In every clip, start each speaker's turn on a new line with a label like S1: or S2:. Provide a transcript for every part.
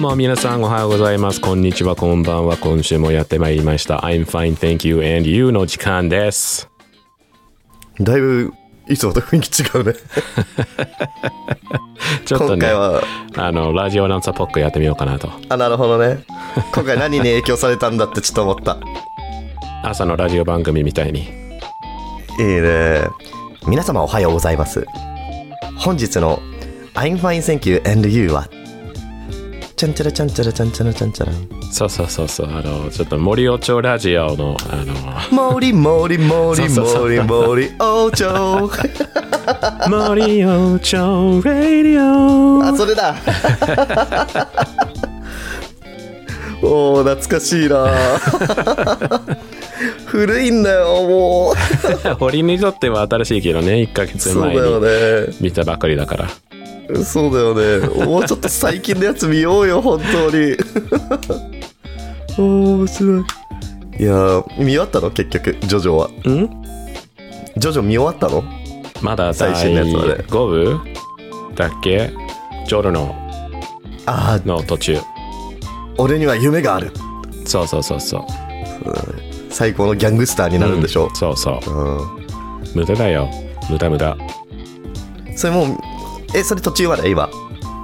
S1: も皆さんおはようございます。こんにちは、こんばんは。今週もやってまいりました。I'm fine, thank you and you の時間です。
S2: だいぶいつもと雰囲気違うね
S1: ちょっと
S2: 今
S1: ね
S2: 回、は
S1: あの、ラジオアナウンサーポックやってみようかなと。
S2: あなるほどね今回何に影響されたんだってちょっと思った
S1: 朝のラジオ番組みたいに。
S2: いいね皆様おはようございます本日の「I'm fine thank you and you は」ちゃんちゃらちゃんちゃらちゃんちゃらちゃんちゃ ら
S1: そうそうそうそう、あの、ちょっと森尾町ラジオの、あの、
S2: もりもりもり
S1: そうそうそ
S2: も
S1: う
S2: りもりおうちょう
S1: 森尾町ラジオ。
S2: あそれ だおお懐かしいな 古いんだよもう
S1: 堀にとっては新しいけどね、1ヶ月
S2: そうだ
S1: 前
S2: よ
S1: に
S2: ね
S1: 見たばかりだから。
S2: そうだよねもうちょっと最近のやつ見ようよ本当におー面白いいやー見終わったの結局ジョジョは
S1: うん
S2: ジョジョ見終わったの
S1: まだ
S2: 最新のやつまで
S1: 5部だっけジョルノ
S2: ああ
S1: の途中。
S2: 俺には夢がある
S1: そうそうそうそう。
S2: 最高のギャングスターになるんでしょ
S1: う、そうそうう。
S2: ん
S1: 無駄だよ。無駄無駄。
S2: それもうえそれ途中まで今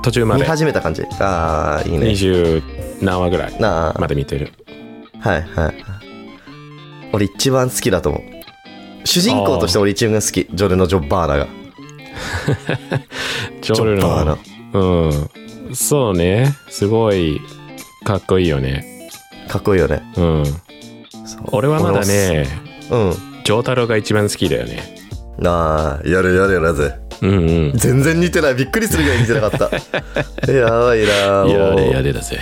S1: 途中ま
S2: 見
S1: で
S2: 始めた感じああいいね
S1: 20何話ぐらい
S2: なあ
S1: まで見てる。
S2: はいはい俺一番好きだと思う主人公として俺一番好きジョルのジョッバーナが
S1: ジョル
S2: ジョッパー
S1: ノ。うん。そうね。すごいかっこいいよね。
S2: かっこいいよね
S1: うん。
S2: そう
S1: 俺はまだね、
S2: 俺もうん
S1: ジョータロが一番好きだよね。
S2: なあやるやるやらぜ
S1: うんうん。
S2: 全然似てないびっくりするぐらい似てなかった やばいなもう
S1: やれやれだぜ。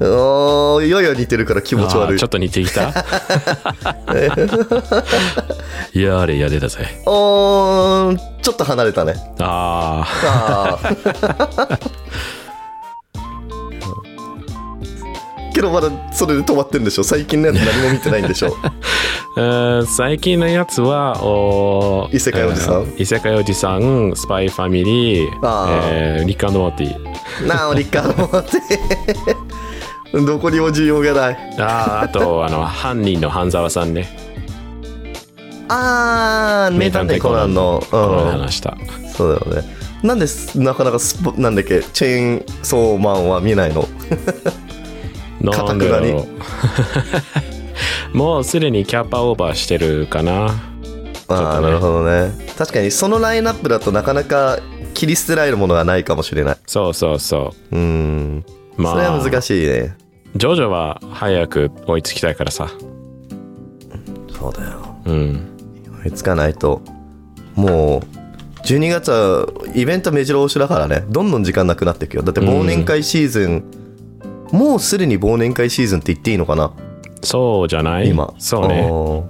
S2: おーやや似てるから気持ち
S1: あ
S2: 悪
S1: ー
S2: い
S1: ちょっと似てき たやれやれだぜ。
S2: おーちょっと離れたね
S1: ああ。
S2: ああ けどまだそれで止まってんでしょ最近のやつ何も見てないんでし ょ
S1: えー最近のやつはおー
S2: 異世界おじさん
S1: えー異世界おじさんスパイファミリー
S2: あー
S1: えーリカ・ノーティ
S2: なあおりかもって どこにも需要がない
S1: あーあとあの犯人の半沢さんね
S2: ああ名探偵コナンの
S1: この
S2: うん
S1: 話した
S2: そうだよねなんですなかなかスポなんだっけチェーンソーマンは見ないの
S1: な
S2: かた
S1: ん
S2: く
S1: だ
S2: なに
S1: ろう もうすでにキャパオーバーしてるかな
S2: ああ、
S1: ね
S2: なるほどね確かにそのラインナップだとなかなか切り捨てられるものがないかもしれない
S1: そうそうそう
S2: ーん
S1: うまあ
S2: それは難しいね
S1: ジョジョは早く追いつきたいからさ
S2: そうだよ
S1: うん
S2: 追いつかないともう12月はイベント目白押しだからねどんどん時間なくなっていくよだって忘年会シーズン、もうすでに忘年会シーズンって言っていいのかな
S1: そうじゃない
S2: 今
S1: そうね
S2: う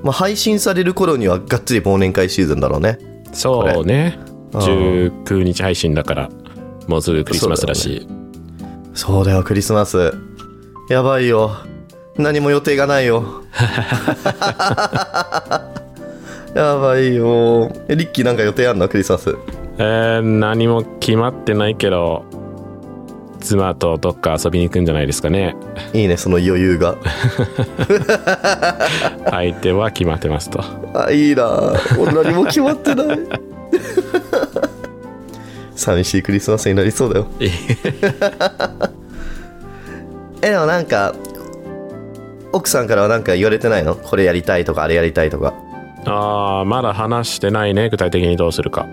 S2: んまあ、配信される頃にはがっつり忘年会シーズンだろうね
S1: そうね19日配信だからもうすぐクリスマスだし
S2: そうだよクリスマスやばいよ何も予定がないよやばいよえリッキーなんか予定あんのクリスマス
S1: えー何も決まってないけど妻とどっか遊びに行くんじゃないですかね
S2: いいねその余裕が
S1: 相手は決まってますと
S2: あいいなもう何も決まってない 寂しいクリスマスになりそうだよえでもなんか奥さんからはなんか言われてないのこれやりたいとかあれやりたいとか
S1: ああまだ話してないね具体的にどうするか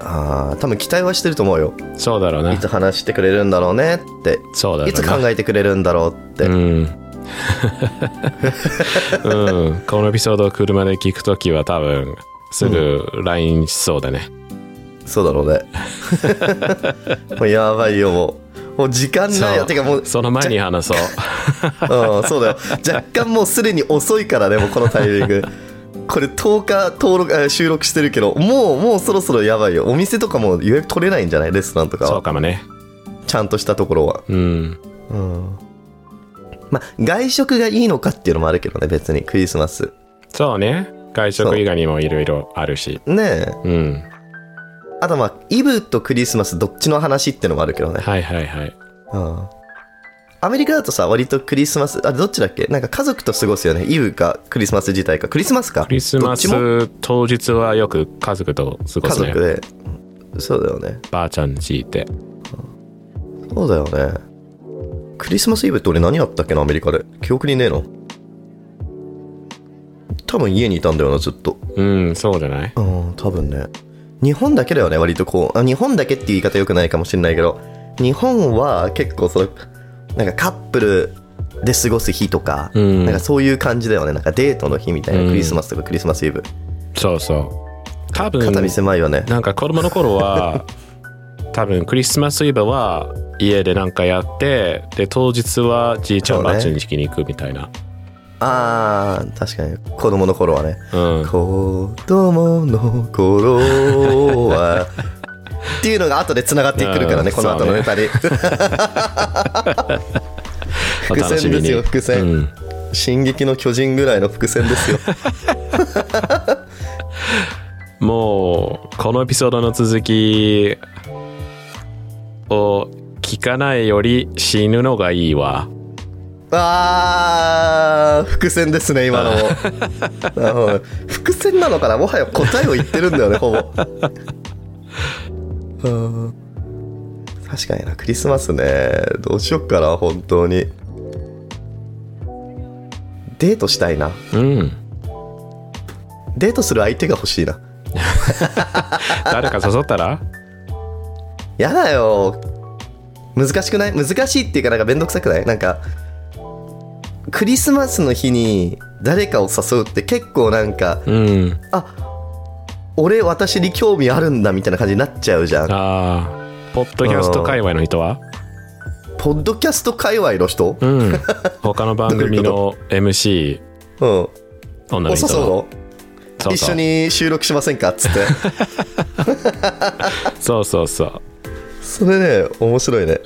S2: ああ多分期待はしてると思うよ
S1: そうだろう
S2: い
S1: な
S2: つ話してくれるんだろうねって
S1: そうだろうない
S2: つ考えてくれるんだろうって、
S1: うんうん、このエピソードを車で聞くときは多分すぐ LINE しそうだね、
S2: そうだろうね もうやばいよもうもう時間ない
S1: そ
S2: よ
S1: う
S2: てかもう
S1: その前に話そう
S2: うん、そうだよ若干もうすでに遅いからねもうこのタイミングこれ10日登録あ収録してるけどもうもうそろそろやばいよお店とかも予約取れないんじゃないレストランとか
S1: そう
S2: は
S1: かもね
S2: ちゃんとしたところは
S1: うん
S2: うんまあ外食がいいのかっていうのもあるけどね別にクリスマス
S1: そうね外食以外にもいろいろあるし
S2: ねえ
S1: うん
S2: あとまあ、イブとクリスマスどっちの話ってのもあるけどね。
S1: はいはいはい。
S2: うん。アメリカだとさ、割とクリスマス、あ、どっちだっけなんか家族と過ごすよね。イブかクリスマス自体か。クリスマスか。
S1: クリスマ
S2: どっちも
S1: ス当日はよく家族と過ご
S2: 家
S1: す
S2: 族
S1: ね。
S2: で。そうだよね。
S1: ばあちゃんちいて。
S2: そうだよね。クリスマスイブって俺何やったっけな、アメリカで。記憶にねえの。多分家にいたんだよな、ずっと。
S1: うん、そうじゃない
S2: うん、多分ね。日本だけだよね、割とこう。あ日本だけっていう言い方良くないかもしれないけど、日本は結構その、なんかカップルで過ごす日とか、
S1: うん
S2: なんかそういう感じだよね。なんかデートの日みたいな、
S1: うん
S2: クリスマスとかクリスマスイブ。
S1: そうそう。多分、
S2: 肩身狭いよね。
S1: なんか子供の頃 は、多分クリスマスイブは家でなんかやって、で、当日はじいちゃ
S2: そ
S1: ん
S2: うね
S1: ばあちゃんちに行くみたいな。
S2: あー、確かに。子供の頃はね。
S1: うん。
S2: 子供の頃はっていうのが後で繋がってく るから
S1: う
S2: ね、
S1: ん
S2: この後のネタに
S1: お
S2: 伏
S1: 楽し
S2: 線
S1: み
S2: で
S1: に
S2: すよ伏線、
S1: うん
S2: 進撃の巨人」ぐらいの伏線ですよ
S1: もうこのエピソードの続きを聞かないより死ぬのがいいわ
S2: あー伏線ですね今の なるほど伏線なのかなもはや答えを言ってるんだよねほぼ うん確かになクリスマスねどうしよっかな本当にデートしたいな
S1: うん
S2: デートする相手が欲しいな。
S1: 誰か誘ったら
S2: やだよ。難しくない難しいっていうかなんかめんどくさくないなんか、クリスマスの日に誰かを誘うって結構なんか、
S1: うん
S2: あ、俺私に興味あるんだみたいな感じになっちゃうじゃん。
S1: あーポッドキャスト界隈の人は
S2: ポッドキャスト界隈の人
S1: うん他の番組の MC
S2: うん。
S1: 女
S2: お
S1: の
S2: そ
S1: 人
S2: そうの
S1: そう
S2: 一緒に収録しませんかっつ って。
S1: そうそうそう
S2: それね、面白 いね。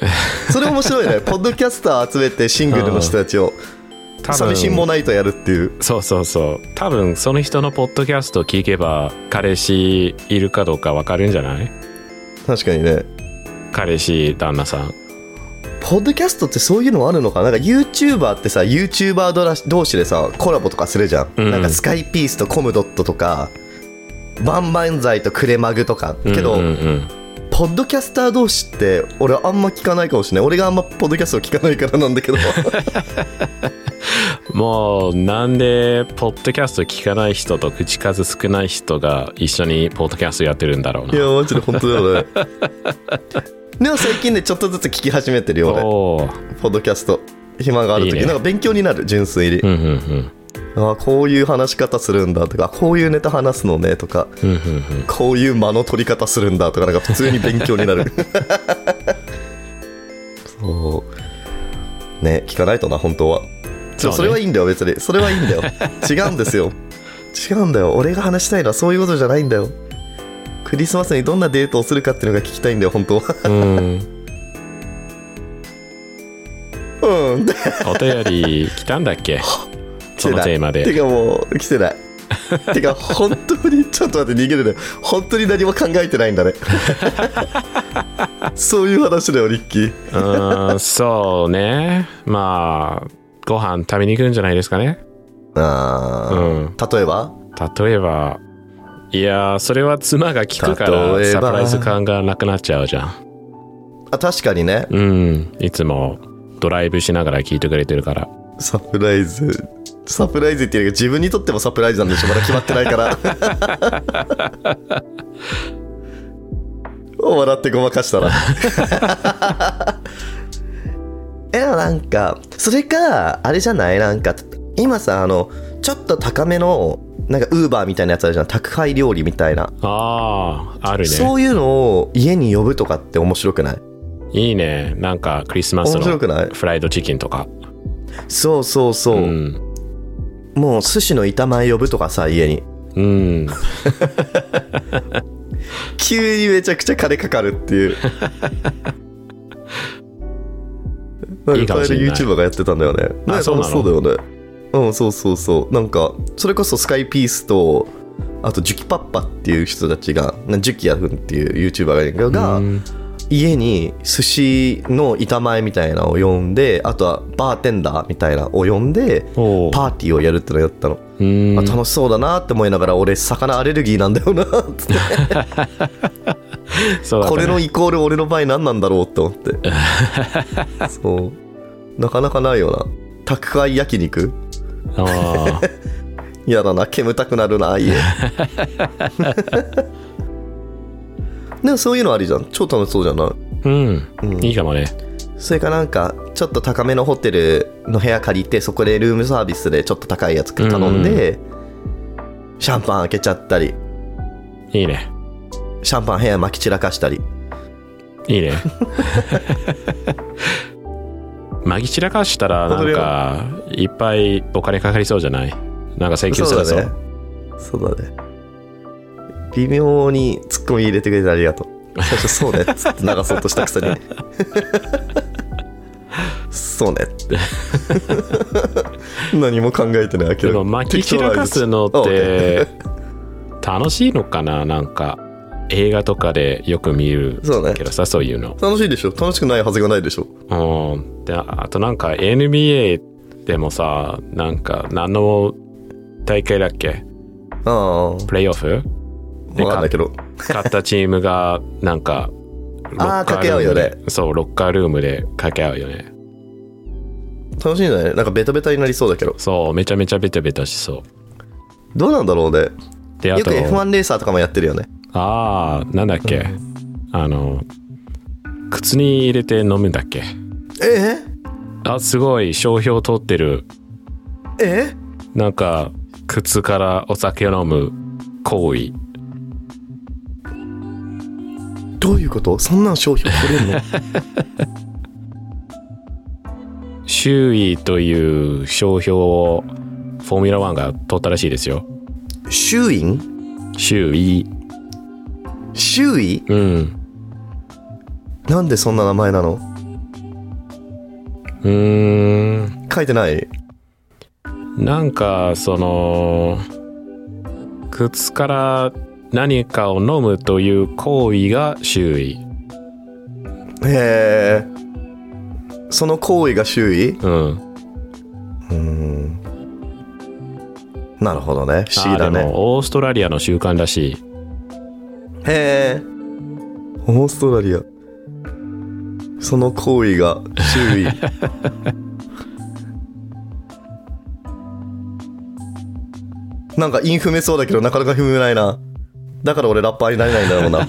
S2: それ面白いね。ポッドキャスター集めてシングルの人たちを、
S1: 多分
S2: 寂しんもないとやるっていう。
S1: そうそうそう多分その人のポッドキャストを聞けば彼氏いるかどうかわかるんじゃない
S2: 確かにね。
S1: 彼氏旦那さん
S2: ポッドキャストってそういうのあるのかななんか YouTuber ってさ YouTuber 同士同士でさコラボとかするじゃん、
S1: うん
S2: なんかスカイピースとコムドットとかバンバンザイとクレマグとかけど、
S1: うんうんうん
S2: ポッドキャスター同士って俺あんま聞かないかもしれない俺があんまポッドキャストを聞かないからなんだ けど
S1: もうなんでポッドキャスト聞かない人と口数少ない人が一緒にポッドキャストやってるんだろうな
S2: いやマジで本当だよねでも最近ねちょっとずつ聞き始めてるよ俺
S1: おー
S2: ポッドキャスト暇がある時
S1: いいね
S2: なんか勉強になる純粋に
S1: う、んうんうん
S2: あーこういう話し方するんだとかこういうネタ話すのねとか
S1: うんうんうん
S2: こういう間の取り方するんだとか、なんか普通に勉強に なる。そう。ね、聞かないとな、本当は。
S1: そ
S2: そう
S1: ね
S2: それはいいんだよ、別に。それはいいんだ よ。違うんですよ。違うんだよ。俺が話したいのはそういうことじゃないんだよ。クリスマスにどんなデートをするかっていうのが聞きたいんだよ、本当は。
S1: うん
S2: うん。で
S1: お便り来たんだっけそのテーマで
S2: てかもう、来 てない。てか、本当に、ちょっと待って、逃げるね。本当に何も考えてな いんだね。そういう話だよ、リッキ
S1: う
S2: ー。
S1: ーんそうねまあご飯食べに行くんじゃないですかね
S2: あ
S1: う
S2: ー
S1: ん
S2: 例えば
S1: 例えばいやーそれは妻が聞くから
S2: 例えば
S1: サプライズ感がなくなっちゃうじゃん
S2: あ確かにね
S1: うんいつもドライブしながら聞いてくれてるから
S2: サプライズサプライズっていうより自分にとってもサプライズなん でしょまだ決まってないから 笑ってごまかしたら えでもなんかそれかあれじゃないなんか今さあのちょっと高めのなんかウーバーみたいなやつあるじゃん宅配料理みたいな、
S1: あああるね
S2: そういうのを家に呼ぶとかって面白くない
S1: いいね。なんかクリスマス
S2: 面白
S1: の
S2: くない
S1: フライドチキンとか。
S2: そうそうそう、
S1: うん。
S2: もう寿司の板前呼ぶとかさ家に
S1: うん。
S2: 急にめちゃくちゃ金かかるっ ていうなん
S1: いい
S2: か
S1: かも
S2: 前
S1: しれない
S2: の YouTuber がやってたんだよね
S1: あ
S2: ね
S1: そうなの
S2: 楽しそうだよねうんそうそうそうなんかそれこそスカイピースとあとジュキパッパっていう人たちがなジュキヤフンっていう YouTuber がいるんだけどが、
S1: うん
S2: 家に寿司の板前みたいなのを呼んであとはバーテンダーみたいなのを呼んで
S1: おう
S2: パーティーをやるってのをやったの、
S1: うん
S2: あ楽しそうだなって思いながら俺魚アレルギーなんだよなっつって
S1: そうだった
S2: こ
S1: ね
S2: れのイコール俺の場合何なんだろうって思ってそうなかなかないよな宅配焼肉
S1: あー
S2: 嫌だな煙たくなるな家でもそういうのありじゃん超楽しそうじゃない
S1: うん、いいかもね
S2: それかなんかちょっと高めのホテルの部屋借りてそこでルームサービスでちょっと高いやつ頼んで、シャンパン開けちゃったり
S1: いいね
S2: シャンパン部屋巻き散らかしたり
S1: いい ねまぎ散らかしたらなんかいっぱいお金かかりそうじゃないなんか請求す
S2: そ
S1: る
S2: う
S1: そう
S2: だねそうだね微妙にツッコミ入れてくれてありがとう最初そうねっつって流そうとしたくせにそうねって何も考えてない明
S1: で
S2: ら
S1: も
S2: か
S1: 巻き散らかすのっ
S2: 適当な相
S1: て
S2: 槌
S1: 楽しいのかななんか映画とかでよく見る
S2: そうね
S1: けどさそういうの
S2: 楽しいでしょ楽しくないはずがないでしょ
S1: うんでああとなんか NBA でもさなんか何の大会だっけ
S2: ああ
S1: プレイオフで
S2: わかんないけど
S1: 勝ったチームが なんかロ
S2: あー
S1: ッカ
S2: 掛け合う
S1: ールー
S2: よ
S1: ム
S2: ね
S1: でそうロッカールームで掛け合うよね
S2: 楽しいんじゃないなんかベタベタになりそうだけど
S1: そうめちゃめちゃベタベタしそ
S2: どうなんだろうね
S1: うであ
S2: よく
S1: と
S2: F1 レーサーとかもやってるよね
S1: ああなんだっけ、あの靴に入れて飲むんだっけ
S2: え
S1: あすごい商標取ってる
S2: ええ
S1: なんか靴からお酒を飲む行為
S2: どういうことそんなん商品取れるの
S1: 周囲という商標をフォーミュラワンが取ったらしいですよ
S2: 周囲
S1: 周囲
S2: 周囲
S1: うん
S2: なんでそんな名前なの
S1: うーん
S2: 書いてない
S1: なんかその靴から何かを飲むという行為が周囲
S2: へえその行為が周囲
S1: うん
S2: うーんなるほどね不思議だ
S1: あで
S2: ね
S1: もオーストラリアの習慣らしい
S2: へえオーストラリアその行為が周囲 なんかイン踏めそうだけどなかなか踏めないなだから俺ラッパーになれないんだろうな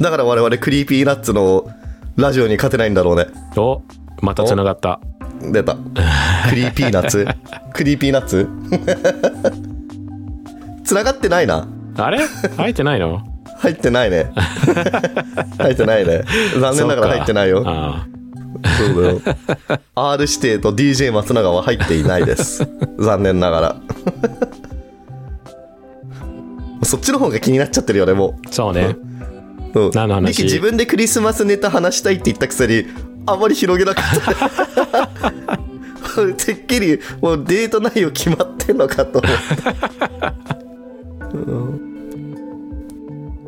S2: だから我々クリーピーナッツのラジオに勝てないんだろうね
S1: おまたつながった
S2: 出たクリーピーナッ ツクリーピーナッツ 繋がってないな
S1: あれ入ってないの
S2: 入ってな いね入ってないね残念ながら入ってない
S1: そう
S2: よ
S1: かあ
S2: そうだよ R 指定と DJ 松永は入っていないです残念ながら そっちの方が気になっちゃってるよねも
S1: あそうね
S2: う、うん、
S1: 何の話
S2: ミキ自分でクリスマスネタ話したいって言ったくせにあまり広げなかった てっきりもうデート内容決まってんのかと思って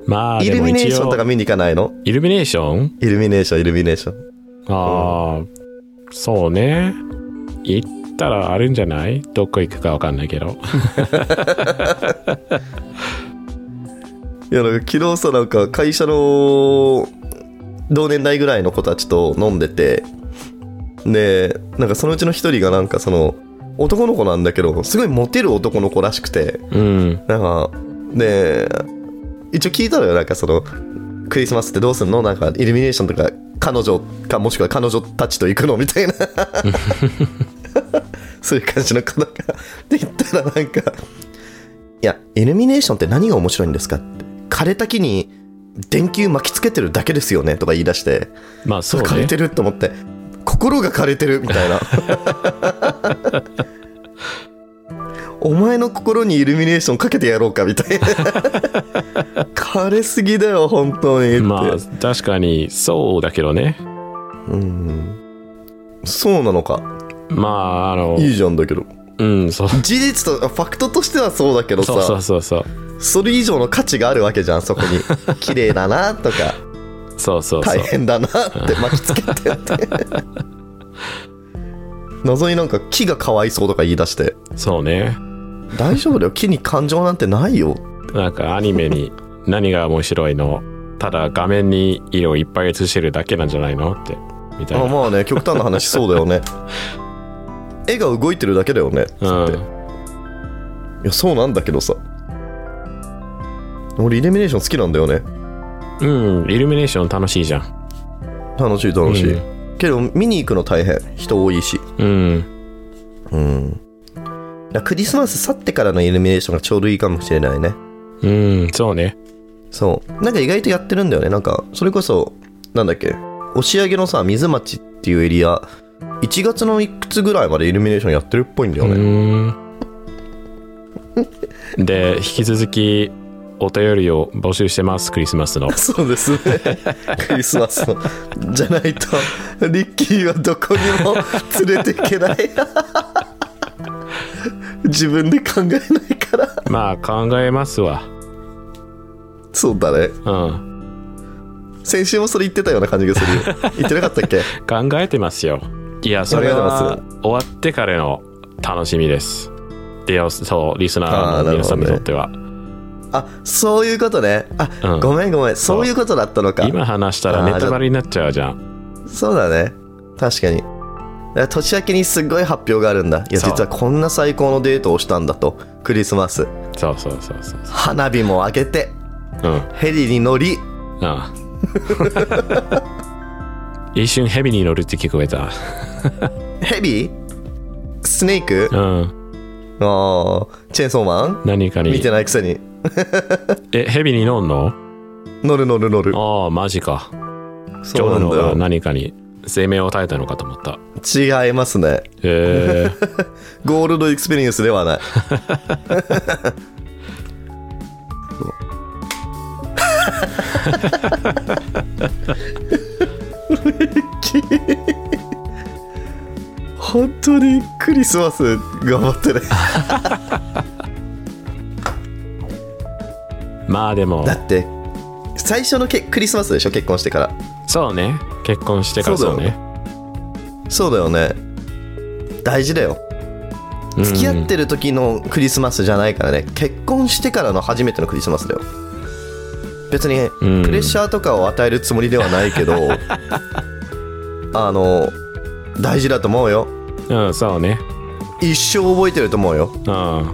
S1: まあ
S2: イ
S1: で
S2: ル
S1: も
S2: ミネー
S1: 一
S2: ションとか
S1: 応
S2: 見に行かないの
S1: イルミネーション
S2: イルミネーションイルミネーション
S1: ああ、そうね行ったらあるんじゃないどこ行くかわかんないけど
S2: いやなんか昨日さなんか会社の同年代ぐらいの子たちと飲んでてでなんかそのうちの一人がなんかその男の子なんだけどすごいモテる男の子らしくて
S1: うん
S2: なんかで一応聞いたのよなんかそのクリスマスってどうすんのなんかイルミネーションとか彼女かもしくは彼女たちと行くのみたいな そういう感じの子だからって言ったらなんかいやイルミネーションって何が面白いんですかって枯れた木に電球巻きつけてるだけですよねとか言い出して
S1: まあ
S2: そ
S1: そう
S2: れ枯
S1: ね
S2: れてると思って心が枯れてる みたいなお前の心にイルミネーションかけてやろうかみたいな枯れすぎだよ本当にって、
S1: まあ確かにそうだけどね
S2: うんそうなのか
S1: まああの
S2: いいじゃんだけど
S1: うんそう
S2: 事実とファクトとしてはそうだけどさ
S1: そうそうそうそう
S2: それ以上の価値があるわけじゃんそこ に綺麗だなとか
S1: そうそうそ
S2: 大
S1: う
S2: 変だなって巻きつけてって 謎になんか木がかわいそうとか言い出して
S1: そうね
S2: 大丈夫だよ木に感情なんてないよ
S1: なんかアニメに何が面白いのただ画面に色をいっぱい映してるだけなんじゃないのってみたい
S2: あ
S1: な
S2: まあね極端な話そうだよね絵が動いてるだけだよね
S1: うん
S2: いやそうなんだけどさ俺イルミネーション好きなんだよね
S1: うん、イルミネーション楽しいじゃん。
S2: 楽しい楽しい、
S1: う
S2: けど見に行くの大変人多いし
S1: うん。
S2: うんだからクリスマス去ってからのイルミネーションがちょうどいいかもしれないね
S1: うん、そうね。
S2: そうなんか意外とやってるんだよねなんかそれこそなんだっけ押上のさ水町っていうエリア1月のいくつぐらいまでイルミネーションやってるっぽいんだよ
S1: う
S2: ね、
S1: ん。で、引き続き、お便りを募集してます、クリスマスの。
S2: そうですねクリスマスのじゃないとリッキーはどこにも連れていけない 自分で考えないから
S1: まあ、考えますわ。
S2: そうだね
S1: うん。
S2: 先週もそれ言ってたような感じがするよ言ってなかったっけ
S1: 考えてますよ。いや、それ
S2: 考え
S1: は
S2: て、
S1: 終わってからの楽しみです。で、よそう、リスナ
S2: あー
S1: ーの皆さんに
S2: なる
S1: と
S2: ほどね
S1: っては。
S2: あそういうことねあ、
S1: うん
S2: ごめんごめんそういうことだったのか
S1: 今話したら
S2: あー
S1: ネタバレになっちゃうじゃん。
S2: そうだね確かにだから年明けにすごい発表があるんだいや
S1: そう
S2: 実はこんな最高のデートをしたんだとクリスマス
S1: そうそうそうそう。
S2: 花火も上げて
S1: うん。
S2: ヘリに乗り
S1: あ あ一瞬ヘビに乗るって聞こえた。
S2: ヘビスネーク
S1: うん。
S2: あーチェーンソーマン
S1: 何か
S2: 見
S1: に
S2: て。ないくせに
S1: え、ヘビに乗んの
S2: 乗る乗る乗る
S1: ああ、マジか。
S2: そうなんだ
S1: が何かに生命を与えたのかと思った。
S2: よ違いますね
S1: ええ
S2: ゴールドエクスペリエンスではない 本当にクリスマス頑張ってね
S1: まあでも
S2: だ、って最初のけクリスマスでしょ結婚してから
S1: そうね。結婚してからそうね。
S2: そうだよね大事だよ
S1: うん
S2: 付き合ってる時のクリスマスじゃないからね結婚してからの初めてのクリスマスだよ別に
S1: うん
S2: プレッシャーとかを与えるつもりではな いけど、あの大事だと思うよ
S1: うん、そうね。
S2: 一生覚えてると思うよ
S1: うん。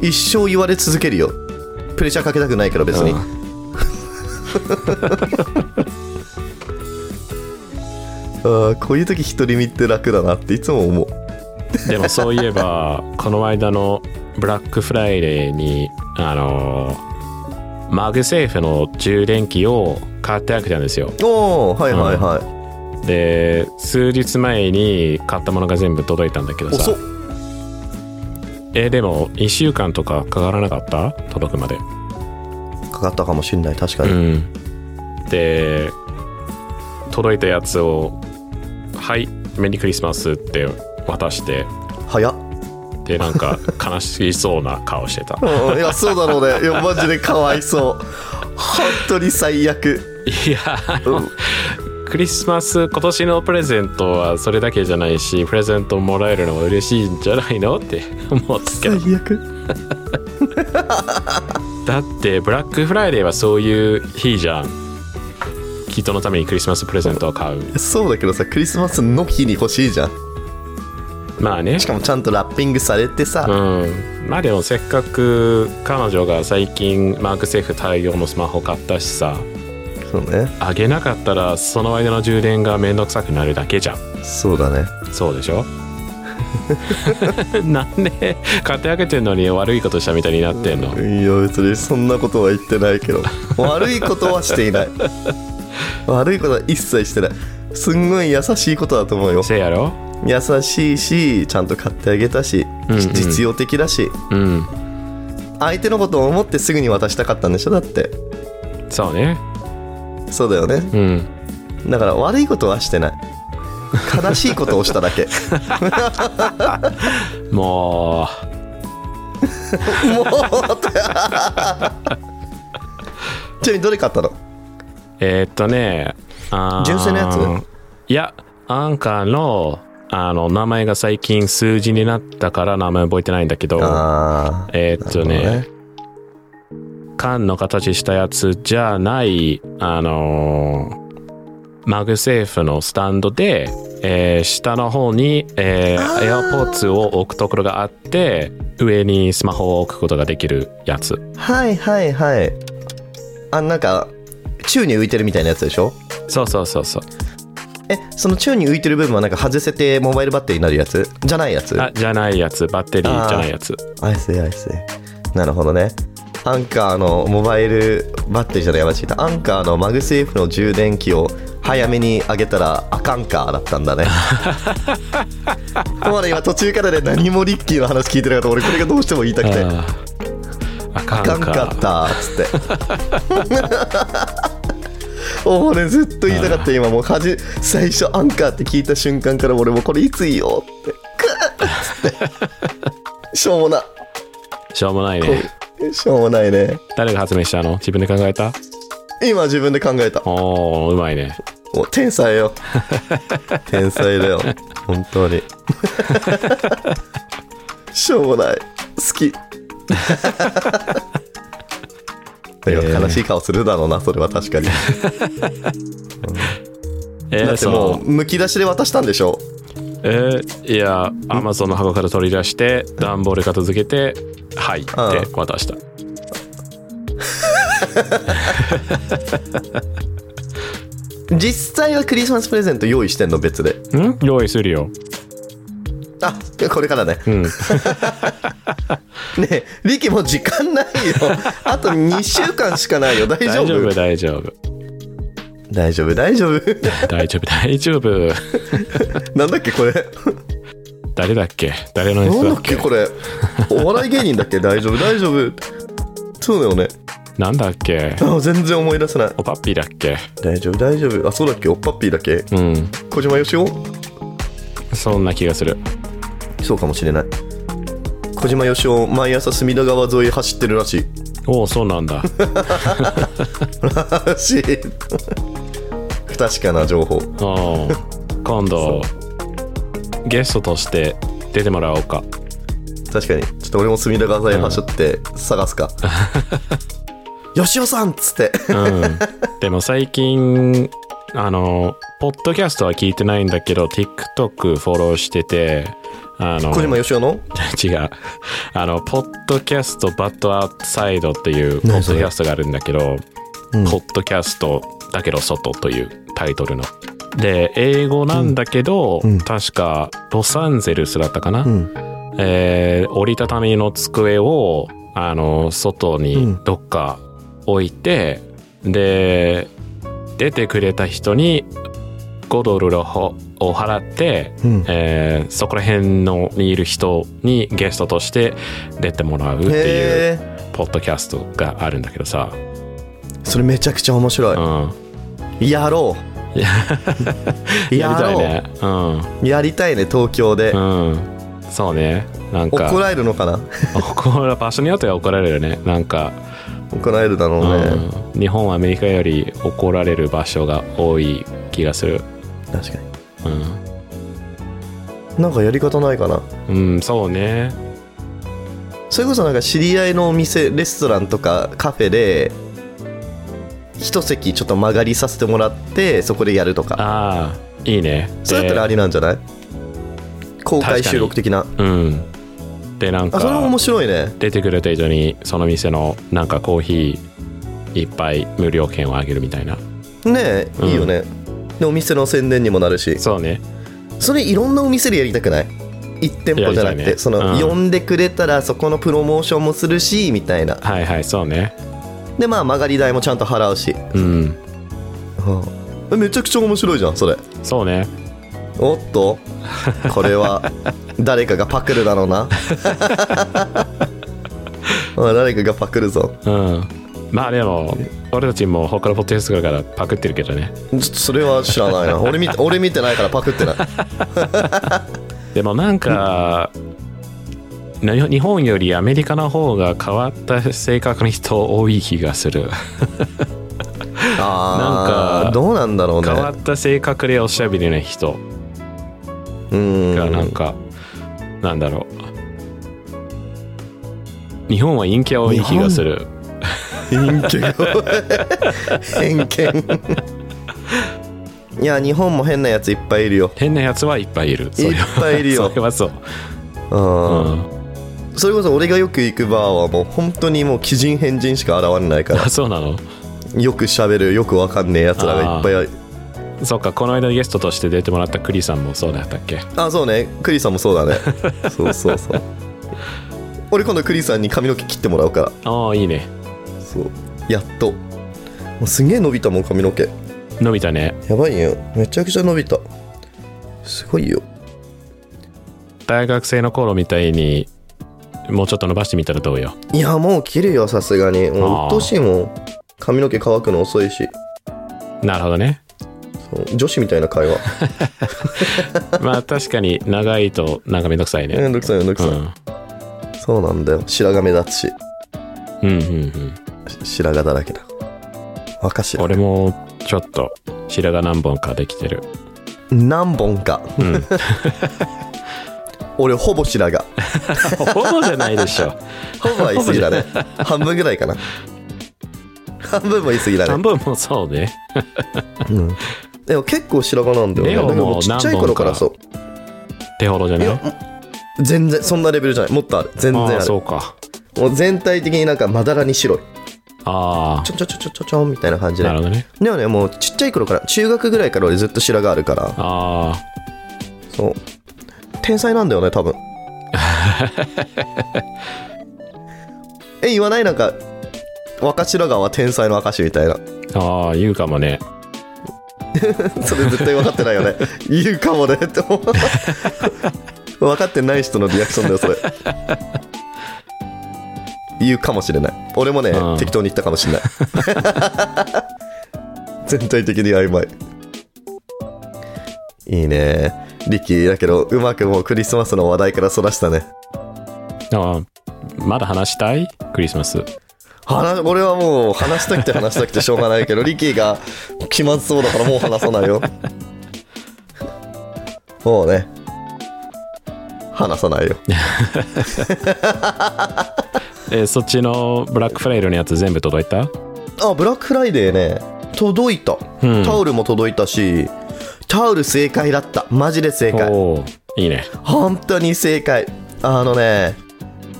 S2: 一生言われ続けるよプレッシャーかけたくないから別に、ああこういう時独り身って楽だなっていつも思う
S1: でもそういえば、この間のブラックフライデーに、あのーマグセーフの充電器を買ってあげたんですよ。
S2: おおはいはいはい、
S1: で数日前に買ったものが全部届いたんだけどさ
S2: 遅っ
S1: えでも1週間とかかからなかった届くまで
S2: かかったかもしんない確かに、
S1: んで届いたやつを「はいメリークリスマス」って渡して
S2: 早っ
S1: でなんか悲しそうな顔して た
S2: うんいやそうだろうねいやマジでかわいそう本当に最悪
S1: いやあの
S2: うん
S1: クリスマス今年のプレゼントはそれだけじゃないしプレゼントもらえるのも嬉しいんじゃないのって思ったけ
S2: 最
S1: ど
S2: 悪
S1: だってブラックフライデーはそういう日じゃん人のためにクリスマスプレゼントを買う
S2: そうだけどさクリスマスの日に欲しいじゃん
S1: まあね
S2: しかもちゃんとラッピングされてさ、
S1: うんまあでもせっかく彼女が最近マークセーフ対応のスマホ買ったしさ
S2: そうね
S1: あげなかったらその間の充電がめんどくさくなるだけじゃん
S2: そうだね
S1: そうでしょ なんで買ってあげてんのに悪いことしたみたいになってんの
S2: いや別にそんなことは言ってないけど悪いことはしていない悪いことは一切してないすんごい優しいことだと思うよ
S1: せやろ
S2: 優しいしちゃんと買ってあげたし、
S1: うんうん
S2: 実用的だし
S1: うん
S2: 相手のことを思ってすぐに渡したかったんでしょだって
S1: そうね
S2: そうだよね
S1: うん
S2: だから悪いことはしてない悲しいことをしただけ
S1: も
S2: もうちなみにどれ買ったの
S1: うえー、っとねあー
S2: 純正のや
S1: いやアンカーのあの名前が最近数字になったから名前覚えてないんだけど
S2: ああ
S1: えーっとね
S2: なる
S1: 缶の形したやつじゃないあのーマグセーフのスタンドで、えー下の方に、えー、
S2: あ
S1: AirPods を置くところがあって上にスマホを置くことができるやつ
S2: はいはいはいあなんか宙に浮いてるみたいなやつでしょ
S1: そうそうそうそう
S2: えその宙に浮いてる部分はなんか外せてモバイルバッテリーになるやつじゃないやつ
S1: あじゃないやつバッテリーじゃないやつ
S2: アイスアイスなるほどねアンカーのモバイルバッテリーじゃない間違えたアンカーのマグセーフの充電器を早めに上げたらアカンカーだった んだねまだ今途中からで何もリッキーの話聞いてなかった俺これがどうしても言いたくて
S1: あーあか
S2: あ
S1: ん
S2: かんかったっつって お俺ずっと言いたかった今もうはじ最初アンカーって聞いた瞬間から俺もうこれいついいよってくっ つってしょうもな
S1: しょうもないね
S2: しょうもないね
S1: 誰が発明したの自分で考えた
S2: 今自分で考えた
S1: おーうまいね
S2: もう天才 よ天才だよ本当 にしょうもない好 き今悲しい顔するだろうなそれは確かに
S1: え
S2: だ
S1: ー、
S2: って
S1: そ
S2: も
S1: の
S2: うむき出しで渡したんでしょ
S1: えーいやアマゾンの箱から取り出して段ボール片付けて「はい」って渡した、
S2: 実際はクリスマスプレゼント用意してんの別で
S1: ん用意するよ
S2: あこれ からね
S1: うん
S2: ねえリキもう時間ないよあと2週間しかないよ大丈
S1: 大丈
S2: 夫
S1: 夫大丈夫
S2: 大丈夫大丈夫
S1: 大丈夫大丈夫
S2: なんだっけこれ
S1: 誰だっけ誰のや
S2: な
S1: つ
S2: ん
S1: だ
S2: だ
S1: っ
S2: っけ
S1: け
S2: これお笑い芸人だっけ大丈夫大丈夫そうだよね
S1: なんだっけ
S2: あ全然思い出せない
S1: おパッピーだっけ
S2: 大丈夫大丈夫あそうだっけおっぱっぴーだっけ
S1: うん
S2: 小島よしお
S1: そんな気がする
S2: そうかもしれない小島よしお毎朝隅田川沿い走ってるらしい
S1: おおそうなんだ
S2: らしい不確かな情報
S1: おー今度ゲストとして出てもらおうか
S2: 確かにちょっと俺も隅田川沿い走って探すか、 よしおさんっつって
S1: うんでも最近あのポッドキャストは聞いてないんだけど TikTok フォローしててあの
S2: 小島よしおの
S1: 違うあのポッドキャストバッドアウトサイドっていうポッ
S2: 何
S1: ド
S2: そ
S1: キ
S2: れ
S1: ャストがあるんだけど、
S2: うん
S1: ポッドキャストだけど外というタイトルので英語なんだけど、
S2: うんうん
S1: 確かロサンゼルスだったかな、
S2: うん
S1: えー折りたたみの机をあの外
S2: う
S1: に
S2: ん
S1: どっか置いて、で出てくれた人に5ドルのほを払って、
S2: うん
S1: えーそこら辺のにいる人にゲストとして出てもらうっていう
S2: へえ
S1: ポッドキャストがあるんだけどさ、
S2: それめちゃくちゃ面白
S1: う
S2: い、
S1: ん、
S2: やろ う
S1: やり
S2: や
S1: たい
S2: ろう
S1: ねうん、
S2: やりたいね東京で、
S1: うん、そうねなんか
S2: 怒られるのかな
S1: 怒ら場所によっては怒られるよねなんか
S2: 怒られるだろうね、
S1: うん、日本はアメリカより怒られる場所が多い気がする
S2: 確かに
S1: うん、
S2: なんかやり方ないかな
S1: うん、そうね
S2: それこそなんか知り合いのお店レストランとかカフェで一席ちょっと曲がりさせてもらってそこでやるとか
S1: ああいいね
S2: そうやったらありなんじゃない公開収録的な
S1: うんでなん
S2: あそれも
S1: か
S2: 面白いね
S1: 出てくれた人にその店のなんかコーヒー一杯無料券をあげるみたいな
S2: ね
S1: う
S2: え
S1: ん
S2: いいよね、でお店の宣伝にもなるし
S1: そうね
S2: それいろんなお店でやりたくない1店舗じゃ
S1: や
S2: なく
S1: りたい
S2: て、
S1: ね
S2: その、
S1: うん
S2: 呼んでくれたらそこのプロモーションもするしみたいな
S1: はいはいそうね
S2: でまあ曲がり代もちゃんと払うし、
S1: うん
S2: うんめちゃくちゃ面白いじゃんそれ
S1: そうね
S2: おっとこ れは誰かがパクる だろうなおい誰かがパクるぞ
S1: うんまあでも俺たちも他のポッドキャストからパクってるけどね
S2: ちょっとそれは知らないな俺見て俺見てないからパクってない
S1: でもなんか、な日本よりアメリカの方が変わった性格の人多い気がする、
S2: あ
S1: なん
S2: ー
S1: か
S2: どうなんだろうね
S1: 変わった性格でおしゃべりな人
S2: うん
S1: がなんか、なんだろう日本は陰キャ多い気がする
S2: 偏見偏見いや日本も変なやついっぱいいるよ
S1: 変なやつはいっぱいいるそ
S2: いっ
S1: れは
S2: ぱいいるよ
S1: それはそう、
S2: うん
S1: うん
S2: それこそ俺がよく行くバーはもう本当にもう鬼人変人しか現れないか
S1: あ そうなの
S2: らよく喋るよくわかんねえやつらがいっぱいある
S1: そっかこの間ゲストとして出てもらったクリさんもそうだったっけ
S2: あそうねクリさんもそうだねそうそうそう俺今度クリさんに髪の毛切ってもらうか
S1: ああいいね
S2: らそうやっともうすげえ伸びたもん髪の毛
S1: 伸びたね
S2: やばいよめちゃくちゃ伸びたすごいよ
S1: 大学生の頃みたいにもうちょっと伸ばしてみたらどうよ
S2: いやもう切るよさすがにも
S1: あー
S2: う鬱陶しいもん髪の毛乾くの遅いし
S1: なるほどね
S2: そう女子みたいな会話
S1: まあ確かに長いとなんかめんどくさい
S2: め
S1: ね
S2: んどくさいめんどく
S1: う
S2: さい、
S1: ん
S2: そうなんだよ白髪目立つし
S1: うんうんうん
S2: 白髪だらけだ若白
S1: 俺もちょっと白髪何本かできてる
S2: 何本か
S1: うん
S2: 俺ほぼ 白髪
S1: ほぼじゃないでしょ
S2: ほぼは言い過ぎだね半分ぐらいかな半分も言い過ぎだ
S1: 半
S2: ね、
S1: 分もそうね
S2: うんでも結構白髪なんだよね
S1: レオも
S2: だからうちっちゃい頃から
S1: 何
S2: そ
S1: 本
S2: う
S1: 手ほどじゃない
S2: いや全然そんなレベルじゃないもっとある全然
S1: ああ
S2: ある
S1: そうか
S2: もう全体的になんかまだらに白い
S1: あ
S2: ちょんちょんちょんちょんちょんちょんみたいな感じ
S1: あ
S2: で
S1: なるほどね
S2: でもねもうちっちゃい頃から中学ぐらいから俺ずっと白髪あるから
S1: あ
S2: そう天才なんだよね多分え言わないなんか若白髪は天才の証みたいな
S1: あああ言うかもね
S2: それ絶対分かってないよね言うかもねって思う 分かってない人のリアクションだよそれ言うかもしれない俺もね、
S1: うん
S2: 適当に言ったかもしれない 全体的に曖昧いいねリッキーだけどうまくもうクリスマスの話題からそらしたね
S1: ああまだ話したいクリスマス
S2: 話俺はもう話したくて話したくてしょうがないけど リキが気まずそうだからもう話さないよもうね話さないよ
S1: えそっちのブラックフライドのやつ全部届いた
S2: あブラックフライデーね届いた、
S1: うん
S2: タオルも届いたしタオル正解だったマジで正解
S1: おおいいね
S2: 本当に正解あのね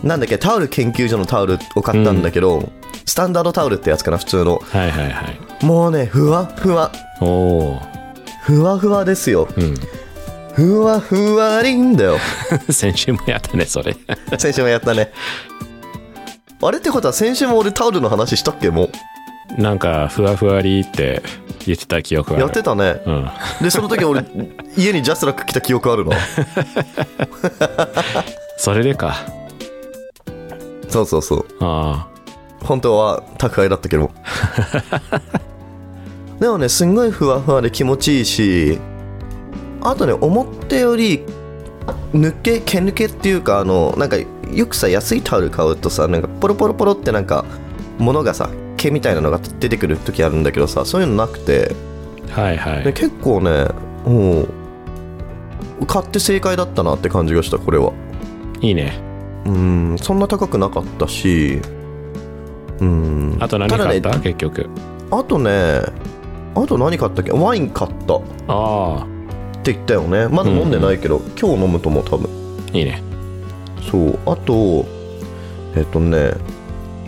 S2: なんだっけタオル研究所のタオルを買ったんだけど、スタンダードタオルってやつかな普通の
S1: はいはいはい
S2: もうねふわふわ
S1: おお
S2: ふわふわですよ
S1: うん
S2: ふわふわりんだよ
S1: 先週もやったねそれ
S2: 先週もやったねあれってことは先週も俺タオルの話したっけも
S1: なんかふわふわりって言ってた記憶
S2: う
S1: がある
S2: やってたね
S1: うん
S2: でその時俺家にジャスラック来た記憶あるの
S1: それでか
S2: そうそうそう
S1: あ
S2: 本当は宅配だったけどでもねすんごいふわふわで気持ちいいしあとね思ったより抜け毛抜けっていうかあのなんかよくさ安いタオル買うとさなんかポロポロポロってなんか物がさ毛みたいなのが出てくる時あるんだけどさそういうのなくて
S1: あはいは
S2: で
S1: い
S2: 結構ねもう買って正解だったなって感じがしたこれはい
S1: いね
S2: うんそんな高くなかったしうん
S1: あと何
S2: ただ
S1: 買
S2: ね
S1: った結局
S2: あとねあと何買ったっけワイン買ったっ
S1: ああ
S2: て言ったよねまだ飲んでないけど、今日飲むと思う多分
S1: いいね
S2: そうあとえっとね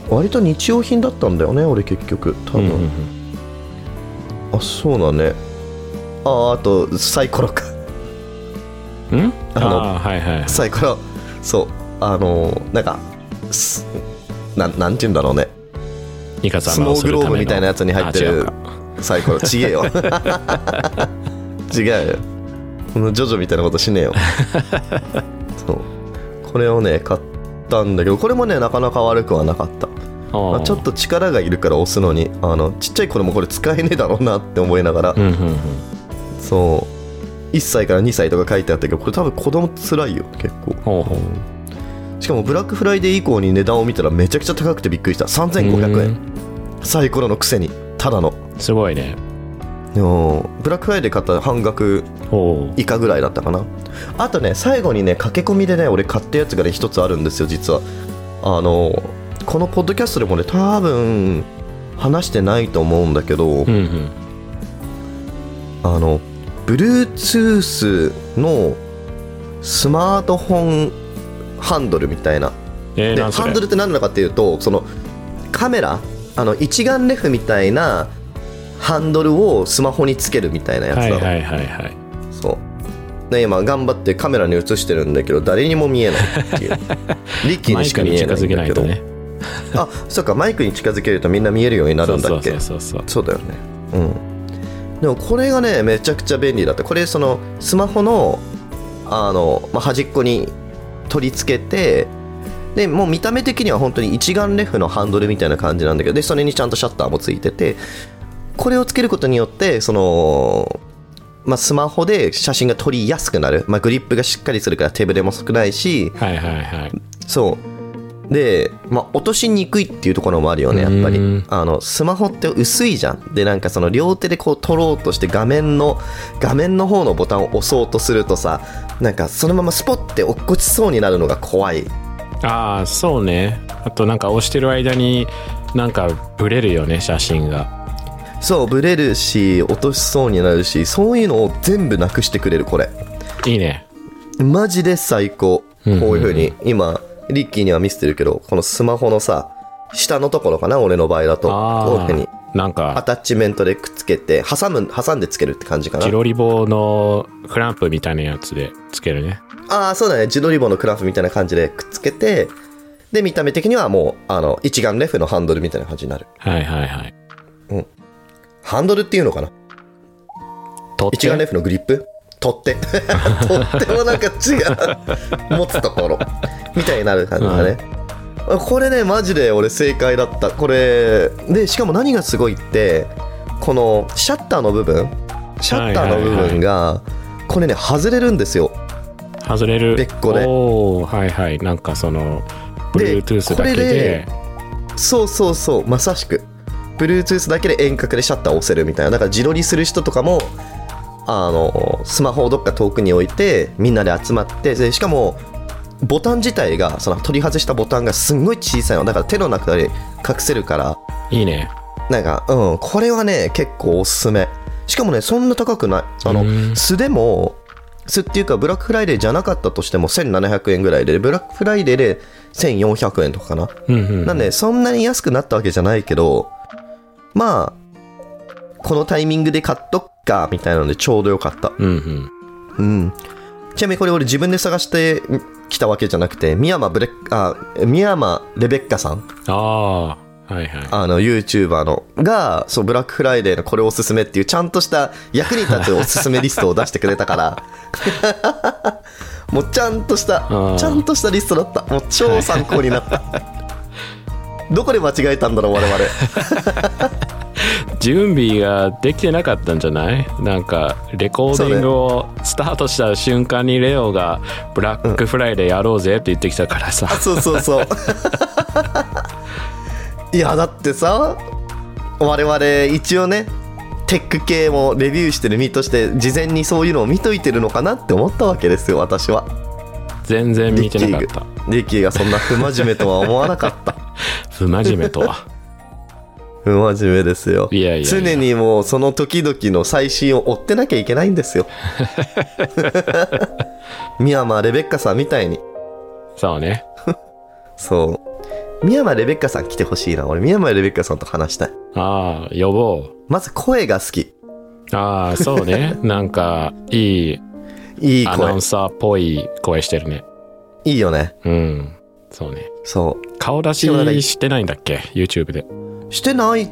S2: 割と日用品だったんだよね俺結局多
S1: うん
S2: 分、
S1: うん
S2: あそうだねああとサイコロか
S1: うんん
S2: あの
S1: ああはいはい
S2: サイコロそうあのーなんかすなんなんて言うんだろうね
S1: ニカ
S2: ス
S1: 様
S2: ノ
S1: を
S2: ー
S1: す
S2: グ
S1: るた
S2: ロ
S1: めの
S2: ーブみたいなやつに入って
S1: あ違う
S2: る
S1: か
S2: サイコロちげえよ違うよこのジョジョみたいなことしねえよそうこれをね買ったんだけどこれもねなかなか悪くはなかったまあちょっと力がいるから押すのにあのちっちゃい子でもこれ使えねえだろうなって思いながら、
S1: うんうんうん
S2: そう1歳から2歳とか書いてあったけどこれ多分子供つらいよ結構
S1: ほうほう
S2: しかもブラックフライデー以降に値段を見たらめちゃくちゃ高くてびっくりした3500
S1: う
S2: 円サイコロのくせにただの
S1: すごいね
S2: でもブラックフライデー買ったら半額
S1: ほう
S2: 以下ぐらいだったかなあとね最後にね駆け込みでね俺買ったやつがね一つあるんですよ実はあのこのポッドキャストでもね多分話してないと思うんだけど、
S1: うんうん
S2: あの Bluetooth のスマートフォンハンドルみたいな
S1: えー、
S2: で
S1: なんそ
S2: ハ
S1: れ
S2: ンドルって何なのかっていうとそのカメラあの一眼レフみたいなハンドルをスマホにつけるみたいなやつ
S1: は
S2: ないの、
S1: はいはいはい
S2: そうで今頑張ってカメラに映してるんだけど誰にも見えないって いうリッキーに
S1: マイ
S2: し
S1: ク
S2: か見
S1: に
S2: え
S1: 近
S2: ない
S1: づ
S2: ん
S1: けな
S2: だけ
S1: い
S2: ど
S1: とね
S2: あそうかマイクに近づけるとみんな見えるようになるんだっけ
S1: そうそうそうそう
S2: そうだよねうんでもこれがねめちゃくちゃ便利だったこれそのスマホのあの、まあ、端っこに取り付けてでもう見た目的には本当に一眼レフのハンドルみたいな感じなんだけどでそれにちゃんとシャッターもついててこれをつけることによってその、まあ、スマホで写真が撮りやすくなる、まあ、グリップがしっかりするから手ぶれも少ないし
S1: はいはいはい
S2: そうで、まあ、落としにくいっていうところもあるよねやっ
S1: う
S2: ぱり
S1: ん
S2: あのスマホって薄いじゃんでなんかその両手でこう取ろうとして画面の画面の方のボタンを押そうとするとさなんかそのままスポッて落っこちそうになるのが怖い
S1: ああそうねあとなんか押してる間になんかブレるよね写真が
S2: そうブレるし落としそうになるしそういうのを全部なくしてくれるこれ
S1: いいね
S2: マジで最高こう
S1: うんうんうん
S2: いう風に今リッキーには見せてるけどこのスマホのさ下のところかな俺の場合だとこういう
S1: あ
S2: 風に
S1: あなん
S2: ア
S1: か
S2: タッチメントでくっつけて挟む挟んでつけるって感じかな
S1: ジロリボのクランプみたいなやつでつけるね
S2: ああそうだねジロリボのクラフみたいな感じでくっつけてで見た目的にはもうあの一眼レフのハンドルみたいな感じになる
S1: はいはいはい
S2: ハンドルっていうのかな
S1: 取っ
S2: 一眼レ
S1: て
S2: フのグリップ取 って取ってもなんか違う持つところみたいになる感じだね、これねマジで俺正解だったこれでしかも何がすごいってこのシャッターの部分シャッターの部分が、これね外れるんですよ
S1: 外れる
S2: 別個で
S1: おおはいはいなんかその
S2: で
S1: Bluetooth
S2: こ
S1: だ
S2: れ
S1: け
S2: で
S1: で
S2: そうそうそうまさしく Bluetooth だけで遠隔でシャッターを押せるみたいなだから自撮りする人とかもあのスマホをどっか遠くに置いてみんなで集まってでしかもボタン自体がその取り外したボタンがすんごい小さいのだから手の中で隠せるから
S1: いいね
S2: なんかうんこれはね結構おすすめしかもねそんな高くないあ
S1: う
S2: の
S1: ん
S2: 素でも素っていうかブラックフライデーじゃなかったとしても1700円ぐらいでブラックフライデーで1400円とかかな
S1: うんうん
S2: なんで、そんなに安くなったわけじゃないけど、まあ、このタイミングで買っとっか、みたいなのでちょうどよかった。
S1: うんうん
S2: うん。ちなみにこれ俺自分で探してきたわけじゃなくて、宮間ブレッ、あ、宮間レベッカさん、
S1: ああはいはい
S2: あの、YouTuber の、が、そう、ブラックフライデーのこれおすすめっていう、ちゃんとした役に立つおすすめリストを出してくれたから、 もうちゃんとした
S1: う、ん
S2: ちゃんとしたリストだった。もう超参考になった。どこで間違えたんだろう、我々。
S1: 準備ができてなかったんじゃないなんかレコーディングをスタートした瞬間にレオが「ブラックフライデーやろうぜ」って言ってきたからさ、
S2: そうそう そう。いや、だってさ、我々一応ね、テック系もレビューしてる身として、事前にそういうのを見といてるのかなって思ったわけですよ、私は。
S1: 全然見てなかった
S2: リッキーがそんな不真面目とは思わな かった。
S1: 不真面目と は
S2: 不真面目ですよ。
S1: いやいやいや
S2: 常にもうその時々の最新を追ってなきゃいけないんで すよ。ミヤマレベッカさんみたいに。
S1: そうね
S2: そう。ミヤマレベッカさん来てほしいな。俺、ミヤマレベッカさんと話したい。
S1: ああ呼ぼ
S2: まず声が好き。
S1: うああそう ねなんかいい
S2: いい
S1: アナウ
S2: 声
S1: ン。サーっぽい声してるね
S2: いいよね。
S1: うんそうね
S2: そ
S1: 顔出ししてないんだっけ YouTube で
S2: う。してない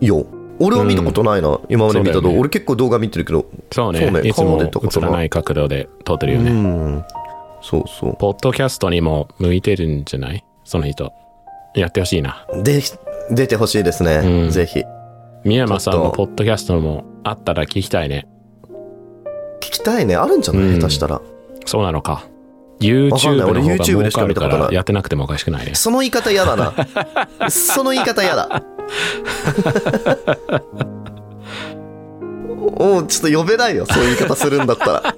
S2: よ。俺は見たことないな。今まで見た
S1: そうだ
S2: と、
S1: よね
S2: 俺結構動画見てるけど。
S1: そうね
S2: そうね
S1: いつ
S2: 顔
S1: も
S2: でとか
S1: 映らない角度で撮ってるよね、
S2: うん。そうそう。
S1: ポッドキャストにも向いてるんじゃないその人やってほしいな。
S2: で、出てほしいですね。
S1: うん
S2: ぜひ。
S1: 宮山さんの
S2: ちょ
S1: ポッドキャストもあったら聞きたいね。
S2: 聞きたいね。あるんじゃない、
S1: うん
S2: 下手したら。
S1: そうなのか。
S2: わか
S1: YouTube
S2: ん
S1: の
S2: ない
S1: 方
S2: 俺
S1: が儲
S2: YouTube でしか
S1: かる
S2: 見た
S1: か
S2: ことない
S1: らやってなくてもおかしくないね。
S2: その言い方嫌だな。その言い方 嫌だ。おうちょっと呼べないよ。そういう言い方するんだったら。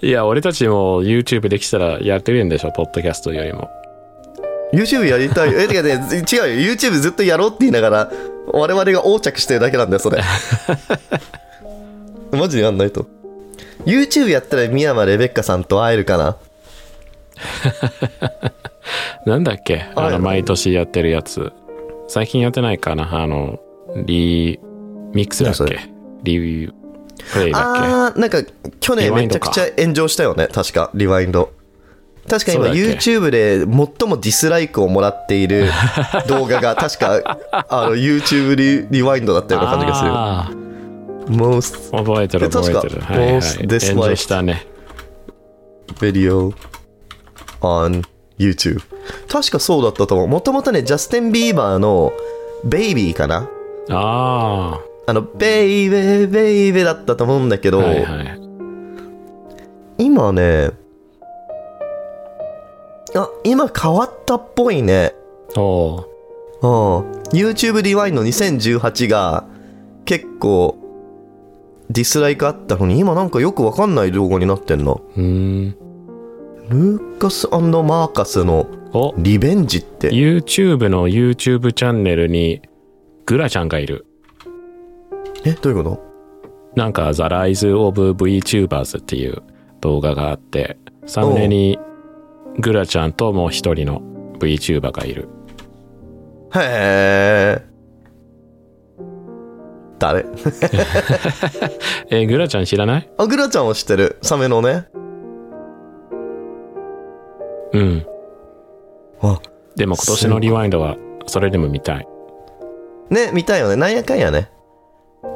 S1: いや、俺たちも YouTube できたらやってるんでしょ、ポッドキャストよりも。
S2: YouTube やりたい。え、てかね、違うよ。YouTube ずっとやろうって言いながら、我々が横着してるだけなんだよ、 それ。マジでやんないと。YouTube やったら、宮山レベッカさんと会えるかな
S1: なんだっけあ
S2: は
S1: の、
S2: い
S1: 毎年やってるやつ。最近やってないかなあの、リミックスだっ
S2: 何そ
S1: けリプレイだっ
S2: あー、なんか、去
S1: リ
S2: 年
S1: ワイ
S2: め
S1: ン
S2: ち
S1: ド
S2: ゃ
S1: か
S2: くちゃ炎上したよね。確か、リワインド。確か今
S1: そうだっけ
S2: YouTube で最もディスライクをもらってい る動画が確かあの YouTube リリワインドだった
S1: け
S2: ような感じが
S1: あー
S2: する。Most
S1: 覚えてる
S2: え確
S1: 覚
S2: か
S1: えてる。はい、はい。
S2: Most disliked
S1: 炎上したね。
S2: video on YouTube 確かそうだったと思うもともとねジャスティン・ビーバーの「ベイビー」かな
S1: あ
S2: あの「ベイベーベイベー」だったと思うんだけ
S1: あ。
S2: ど、
S1: はいはい。
S2: 今ねあ今変わったっぽいね
S1: おおー。
S2: うん YouTube リワインの2018が結構ディスライクあったのに今なんかよくわかんない動画になってんの
S1: うーん。
S2: ルーカスマーカスの
S1: お
S2: リベンジって。
S1: YouTube の YouTube チャンネルにグラちゃんがいる。
S2: え、どういうこと
S1: なんか、The Rise of VTubers っていう動画があって、サムネにグラちゃんともう一人の VTuber がいる。
S2: へえ。誰
S1: えーグラちゃん知らない
S2: あ、グラちゃんを知ってる。サメのね。
S1: うん。
S2: あ、
S1: でも今年のリワインドはそれでも見たい。
S2: ね、見たいよね。なんやかんやね。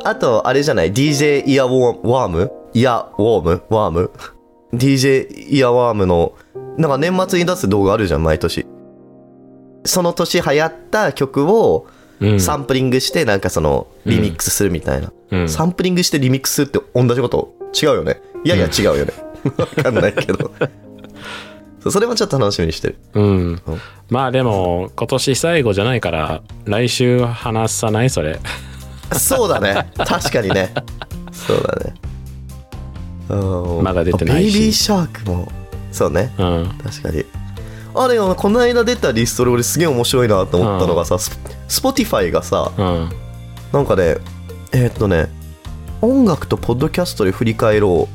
S2: あと、あれじゃない ?DJ イヤーウォーワームイヤーウォームワーム ?DJ イヤーワームの、なんか年末に出す動画あるじゃん、毎年。その年流行った曲を
S1: うん。
S2: サンプリングして、なんかその、リミックスするみたいな。
S1: うん、
S2: サンプリングしてリミックスって同じこと違うよねいやいや違うよね わかんないけどそうそれもちょっと楽しみにしてる
S1: うん。まあでも、今年最後じゃないから、来週話さないそれ。
S2: そうだね確かにねそうだねうん
S1: まだ出てないし
S2: あベイビーシャークもそうね
S1: うん。
S2: 確かにあれよこの間出たリストで俺すげえ面白いなと思ったのがさ、ススポティファイがさ
S1: うん。
S2: なんかねえーっとね音楽とポッドキャストで振り返ろ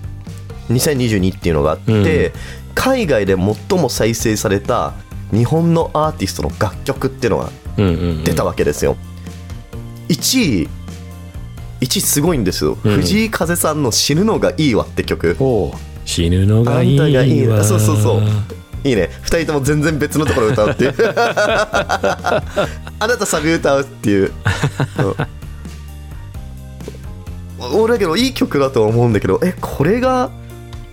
S2: う2022っていうのがあって、海外で最も再生された日本のアーティストの楽曲っていうのが
S1: うんうん、うん。
S2: 出たわけですよ、1位1位すごいんですよ、
S1: うん
S2: 藤井風さんの「死ぬのがいいわ」って曲
S1: おう死ぬのがいいわ。
S2: あんたがいいわそうそうそういいね2人とも全然別のところ歌うっ ていうあなたサビ歌うっていう、うん俺だけどいい曲だとは思うんだけどえこれが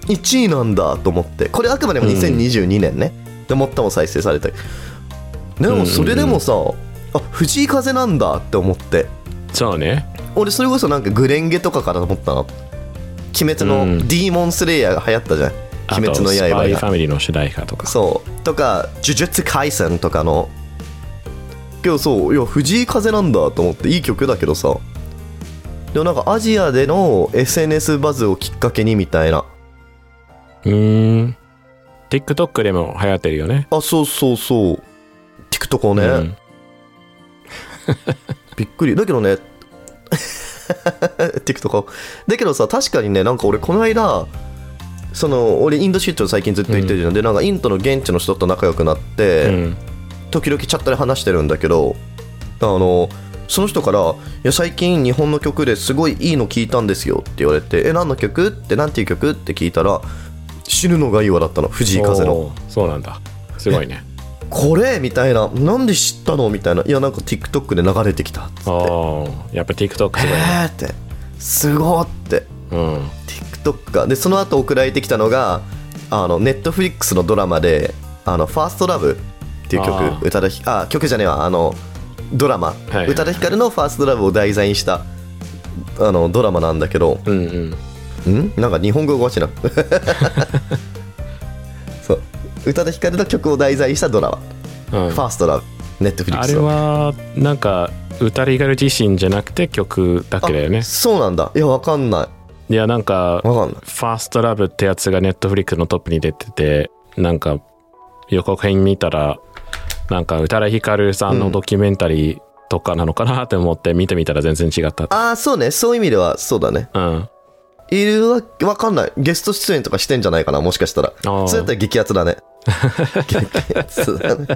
S2: 1位なんだと思ってこれあくまでも2022年ね、で最も再生されたで
S1: うんうんう
S2: も
S1: ん
S2: それでもさ、あ藤井風なんだって思って
S1: そうね。
S2: 俺それこそなんかグレンゲとかから思ったの鬼滅
S1: う
S2: の
S1: ん
S2: ディーモンスレイヤーが流行ったじゃん「
S1: あ
S2: 鬼
S1: と、
S2: 滅の
S1: ス
S2: 刃
S1: パイ
S2: が
S1: ファミリーの主題歌とか。
S2: そうとか「呪術廻戦」とかのけどそういや藤井風なんだと思っていい曲だけどさでもなんかアジアでの SNS バズをきっかけにみたいな
S1: うーん。TikTok でも流行ってるよね。
S2: あそうそうそう TikTok をね、
S1: うん
S2: びっくりだけどね TikTok をだけどさ確かにねなんか俺この間その俺インド出張最近ずっと行ってるじゃん、でなんかインドの現地の人と仲良くなって、
S1: うん。
S2: 時々チャットで話してるんだけどあのその人から「いや最近日本の曲ですごいいいの聞いたんですよ」って言われて「え何の曲?」って何ていう曲って聞いたら「死ぬのがいいわ」だったの藤井風の
S1: おーそうなんだ。すごいね。
S2: 「これ!」みたいな「なんで知ったの?」みたいな「いやなんか TikTok で流れてきた」っつって
S1: おーやっぱ TikTok すごい
S2: 「え
S1: ね。
S2: ー!」って「すごっ!」って
S1: うん。
S2: TikTok がでその後送られてきたのがあの Netflix のドラマで「あのファーストラブってっていう曲
S1: あー
S2: 宇多田ヒあ曲じゃねえわあのドラマ、
S1: いはい
S2: 宇多田ヒカルの「ファーストラブを題材にしたあのドラマなんだけど
S1: うんうん
S2: んなんか日本語がお かしいなそう宇多田ヒカルの曲を題材にしたドラマ
S1: うん
S2: 「ファーストラブネットフリッ
S1: あ
S2: クス
S1: れはなんか歌リガル自身じゃなくて曲だけだよね
S2: そうなんだいやわかんない
S1: やなんか
S2: いわかんない
S1: ファーストラブってやつがネットフリックのトップに出ててなんか予告編見たらなんか宇多田ヒカルさんのドキュメンタリーとかなのかなって思って見てみたら全然違った
S2: ああそうねそういう意味ではそうだね
S1: うん
S2: いるわわかんないゲスト出演とかしてんじゃないかなもしかしたら
S1: ああ
S2: そうやったら激アツだね激アツだね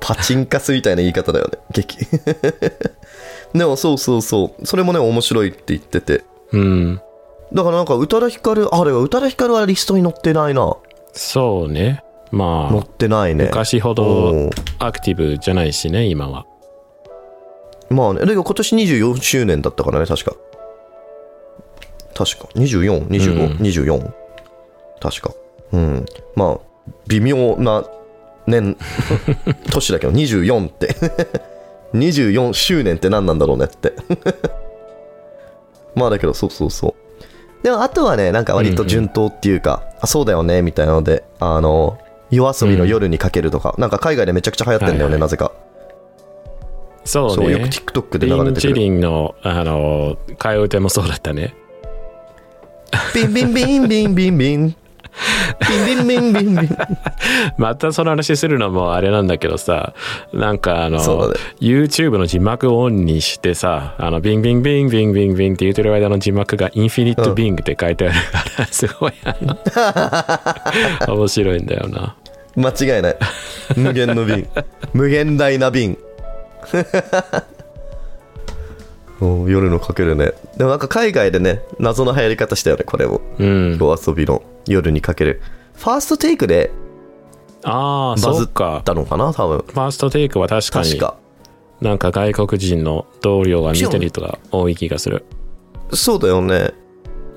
S2: パチンカスみたいな言い方だよね激 でもそうそうそうそれもね面白いって言ってて
S1: うん
S2: だからなんか宇多田ヒカルあれ宇多田ヒカルはリストに載ってないな
S1: そうねま
S2: 載っ
S1: あ
S2: てないね
S1: 昔ほ
S2: う
S1: ど
S2: ん
S1: アクティブじゃないしね今は
S2: まあねだけど今年24周年だったからね確か確か
S1: うん
S2: 242524、24確かうんまあ微妙な 年年だけど24って 24周年って何なんだろうねって まあだけどそうそうそうでもあとはねなんか割と順当っていうか、あそうだよねみたいなのであの夜遊びの夜にかけるとか、なんか海外でめちゃくちゃ流行ってんだよ
S1: はい
S2: ね、
S1: はい
S2: なぜか
S1: そうね
S2: そうよく TikTok で
S1: リ
S2: 流れ
S1: ン・
S2: てく
S1: チ
S2: る
S1: リンのあの替え歌もそうだったね
S2: ビンビンビンビンビンビン。ビンビンビンビンビン。
S1: またその話するのもあれなんだけどさなんかあの、
S2: そうだね
S1: YouTube の字幕をオンにしてさあのビンビンビンビンビンビンって言ってる間の字幕がインフィニットビングって書いてあるから、すごいあの面白いんだよな
S2: 間違いない。無限の瓶。無限大な瓶。 お夜のかけるね。でもなんか海外でね、謎の流行り方したよね、これも。
S1: うん
S2: お遊びの夜にかける。ファーストテイクで
S1: ああ
S2: バ
S1: そ
S2: ズっ
S1: うか
S2: たのかな、多分。
S1: ファーストテイクは確かに
S2: 確か。
S1: なんか外国人の同僚が見てる人が多い気がする、
S2: そうだよね。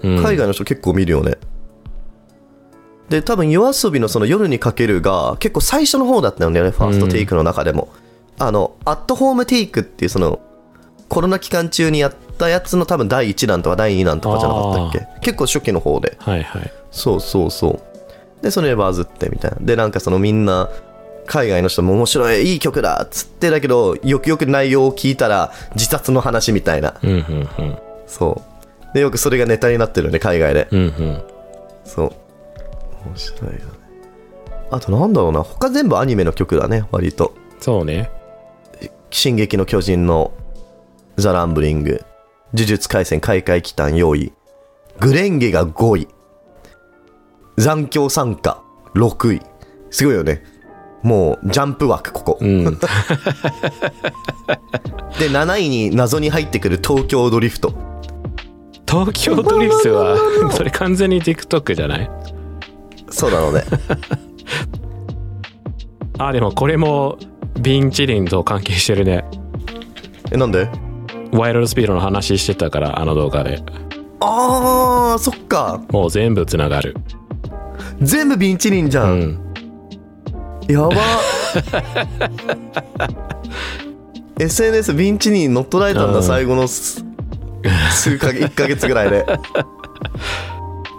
S1: うん、
S2: 海外の人結構見るよね。で、多分夜遊びのその夜にかけるが結構最初の方だったよね、ファーストテイクの中でも。あの、アットホームテイクっていうそのコロナ期間中にやったやつの多分第1弾とか第2弾とかじゃなかったっけ結構初期の方で。
S1: はいはい
S2: そうそうそう。で、それでバズってみたいな。で、なんかそのみんな、海外の人も面白い、いい曲だっつってだけど、よくよく内容を聞いたら自殺の話みたいな。
S1: うんうんうん
S2: そう。で、よくそれがネタになってるよね、海外で。
S1: うんうん
S2: そう。面白いよね。あとなんだろうな、他全部アニメの曲だね、割と。
S1: そう ね
S2: 進撃の巨人のザ・ランブリング、呪術廻戦開会期間4位、グレンゲが5位、残響参加6位。すごいよね。もう、ジャンプ枠、ここ。
S1: うん
S2: で、7位に謎に入ってくる東京ドリフト。
S1: 東京ドリフトはそれ完全に TikTok じゃない
S2: そうなのね。
S1: あでもこれもビンチリンと関係してるね
S2: え、なんで
S1: ワイルドスピードの話してたからあの動画で
S2: あー、そっか。
S1: もう全部つながる
S2: 全部ビンチリンじゃ
S1: うんん
S2: や ば SNS ビンチに乗っ取られたんだ、
S1: うん
S2: 最後のす数か月1か月ぐらいで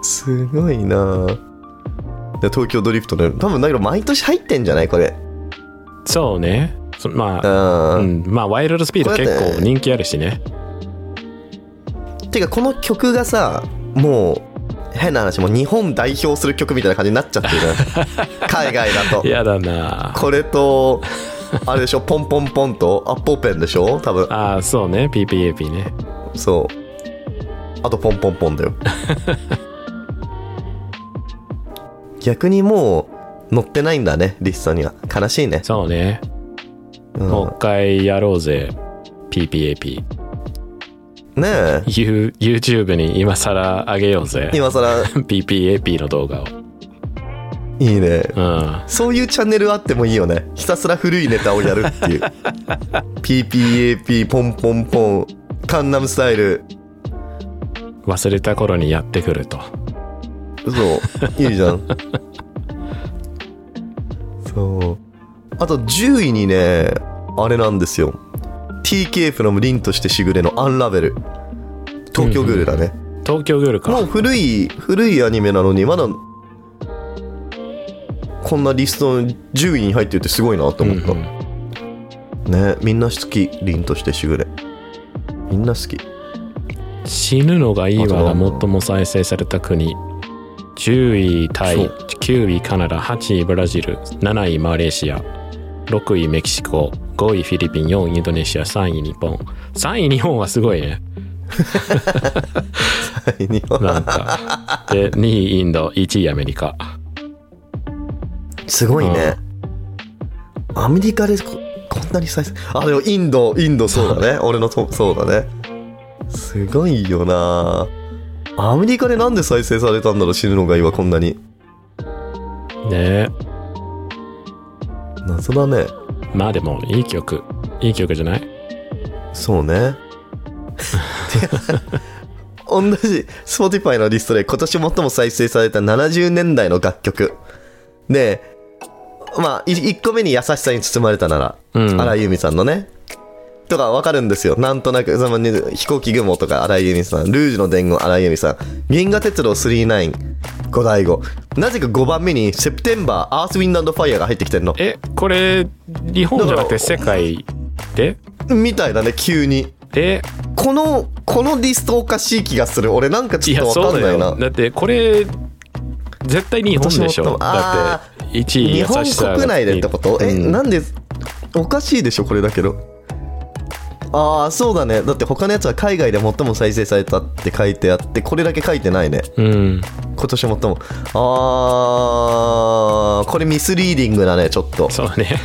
S2: すごいなで東京ドリフトね多分だけど毎年入ってんじゃないこれ
S1: そうねそま
S2: う
S1: あ
S2: ん、
S1: うん、まあワイルドスピード
S2: これだ
S1: 結
S2: って
S1: 構人気あるしね
S2: てかこの曲がさもう変な話もう日本代表する曲みたいな感じになっちゃってる ね海外だと
S1: やだな
S2: これとあれでしょポンポンポンとアッポーペンでしょ多分
S1: ああそうね PPAP ね
S2: そう。あとポンポンポンだよ。逆にもう乗ってないんだね、リストには。悲しいね。
S1: そうね
S2: うん
S1: もう一回やろうぜ PPAP
S2: ねえ。
S1: You- YouTube に今更あげようぜ
S2: 今更
S1: PPAP の動画を
S2: いいね。
S1: うん
S2: そういうチャンネルあってもいいよね。ひたすら古いネタをやるっていう。PPAP、ポンポンポン、カンナムスタイル。
S1: 忘れた頃にやってくると
S2: そう。いいじゃん。そう。あと10位にねあれなんですよ TK プロム凛としてしぐれのアンラベル東京グールだね、
S1: 東京グール
S2: も
S1: か
S2: う古い古いアニメなのにまだこんなリストの10位に入ってるってすごいなと思った、
S1: うん
S2: ねみんな好き凛としてしぐれみんな好き
S1: 死ぬのがいいわが
S2: あとは
S1: 最も再生された国10位タイ
S2: そう
S1: 9位カナダ8位ブラジル7位マレーシア6位メキシコ5位フィリピン4位インドネシア3位日本3位日本はすごいね
S2: 日本
S1: なん かで2位インド1位アメリカ
S2: すごいねアメリカでここんなに再生あでもインドインドそうだね俺のとそうだねすごいよなアメリカでなんで再生されたんだろう死ぬのがいいわこんなに
S1: ねえ
S2: 謎だね
S1: まあでもいい曲いい曲じゃない
S2: そうね。同じ Spotify のリストで今年最も再生された70年代の楽曲。で、まあ、1個目に優しさに包まれたなら、
S1: うん
S2: 荒井由実さんのね。とかわかるんですよ。なんとなく、そのね飛行機雲とか荒井由実さん、ルージュの伝言荒井由実さん、銀河鉄道39、五大五。なぜか5番目に、セプテンバー、アースウィンドファイアが入ってきてんの。
S1: えこれ日本じゃなくて世界で
S2: みたいだね、急に。
S1: で
S2: このこのリストおかしい気がする俺なんか
S1: い
S2: ち
S1: や
S2: ょっとわ
S1: そ
S2: か
S1: うんだ
S2: ない
S1: よ
S2: な
S1: だってこれ絶対日本でし
S2: 今年
S1: ょ
S2: もあ
S1: だって1位
S2: 日
S1: 優
S2: 本
S1: しさが
S2: 国内でってこと、え
S1: うん
S2: なんでおかしいでしょこれだけどああそうだねだって他のやつは海外で最も再生されたって書いてあってこれだけ書いてないね
S1: うん
S2: 今年最もあーこれミスリーディングだねちょっと
S1: そう ね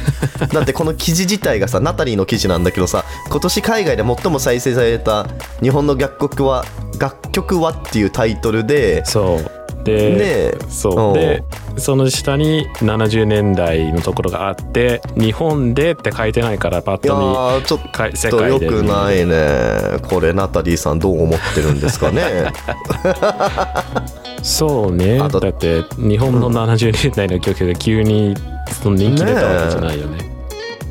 S2: だってこの記事自体がさナタリーの記事なんだけどさ今年海外で最も再生された日本の楽曲は楽曲はっていうタイトルで
S1: そうで
S2: ねえ
S1: そううんでその下に70年代のところがあって日本でって書いてないからパッ
S2: いや
S1: と
S2: ーちょっ
S1: かい世
S2: と
S1: 界
S2: 良
S1: で
S2: くないねこれナタリーさんどう思ってるんですか ね
S1: 見そうねだ
S2: あと
S1: って日本の70年代の曲が急にその人気出たわけじゃないよね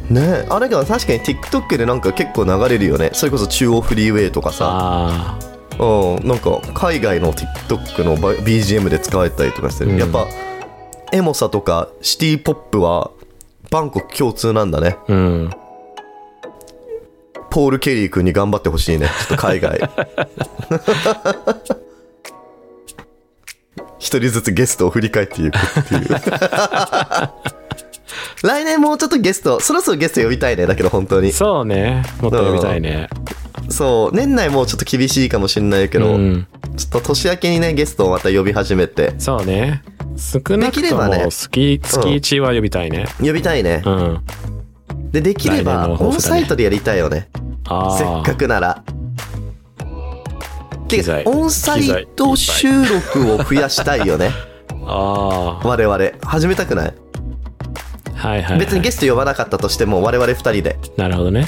S2: ねあれが確かに TikTok でなんか結構流れるよねそれこそ中央フリーウェイとかさ
S1: あ
S2: うんなんか海外の TikTok のバ BGM で使われたりとかしてる、
S1: うん
S2: やっぱエモさとかシティポップはバンコク共通なんだね
S1: あうん
S2: ポール・ケリー君に頑張ってほしいね。ちょっと海 外。一人ずつゲストを振り返っていくっていう。来年もうちょっとゲスト、そろそろゲスト呼びたいね。だけど本当に。
S1: そうねもっと読みたいね
S2: そう、年内もうちょっと厳しいかもしれないけど、
S1: うん
S2: ちょっと年明けにね、ゲストをまた呼び始めて。
S1: そうね少な
S2: で
S1: く
S2: きれ
S1: と
S2: ばね
S1: も月月1は呼びたいね
S2: 呼びたいね
S1: う。ん
S2: で、でき
S1: 来
S2: れ
S1: 年
S2: ば、
S1: の抱負だ
S2: オ
S1: ね
S2: ンサイトでやりたいよね。
S1: あ
S2: せっ
S1: あ
S2: かくなら。
S1: 機材
S2: オンサイト
S1: 機材
S2: 収録を増やしたいよ ね。
S1: ああ
S2: 我々始めたくない
S1: はいはい、はい、
S2: 別にゲスト呼ばなかったとしても我々2人で
S1: なるほどね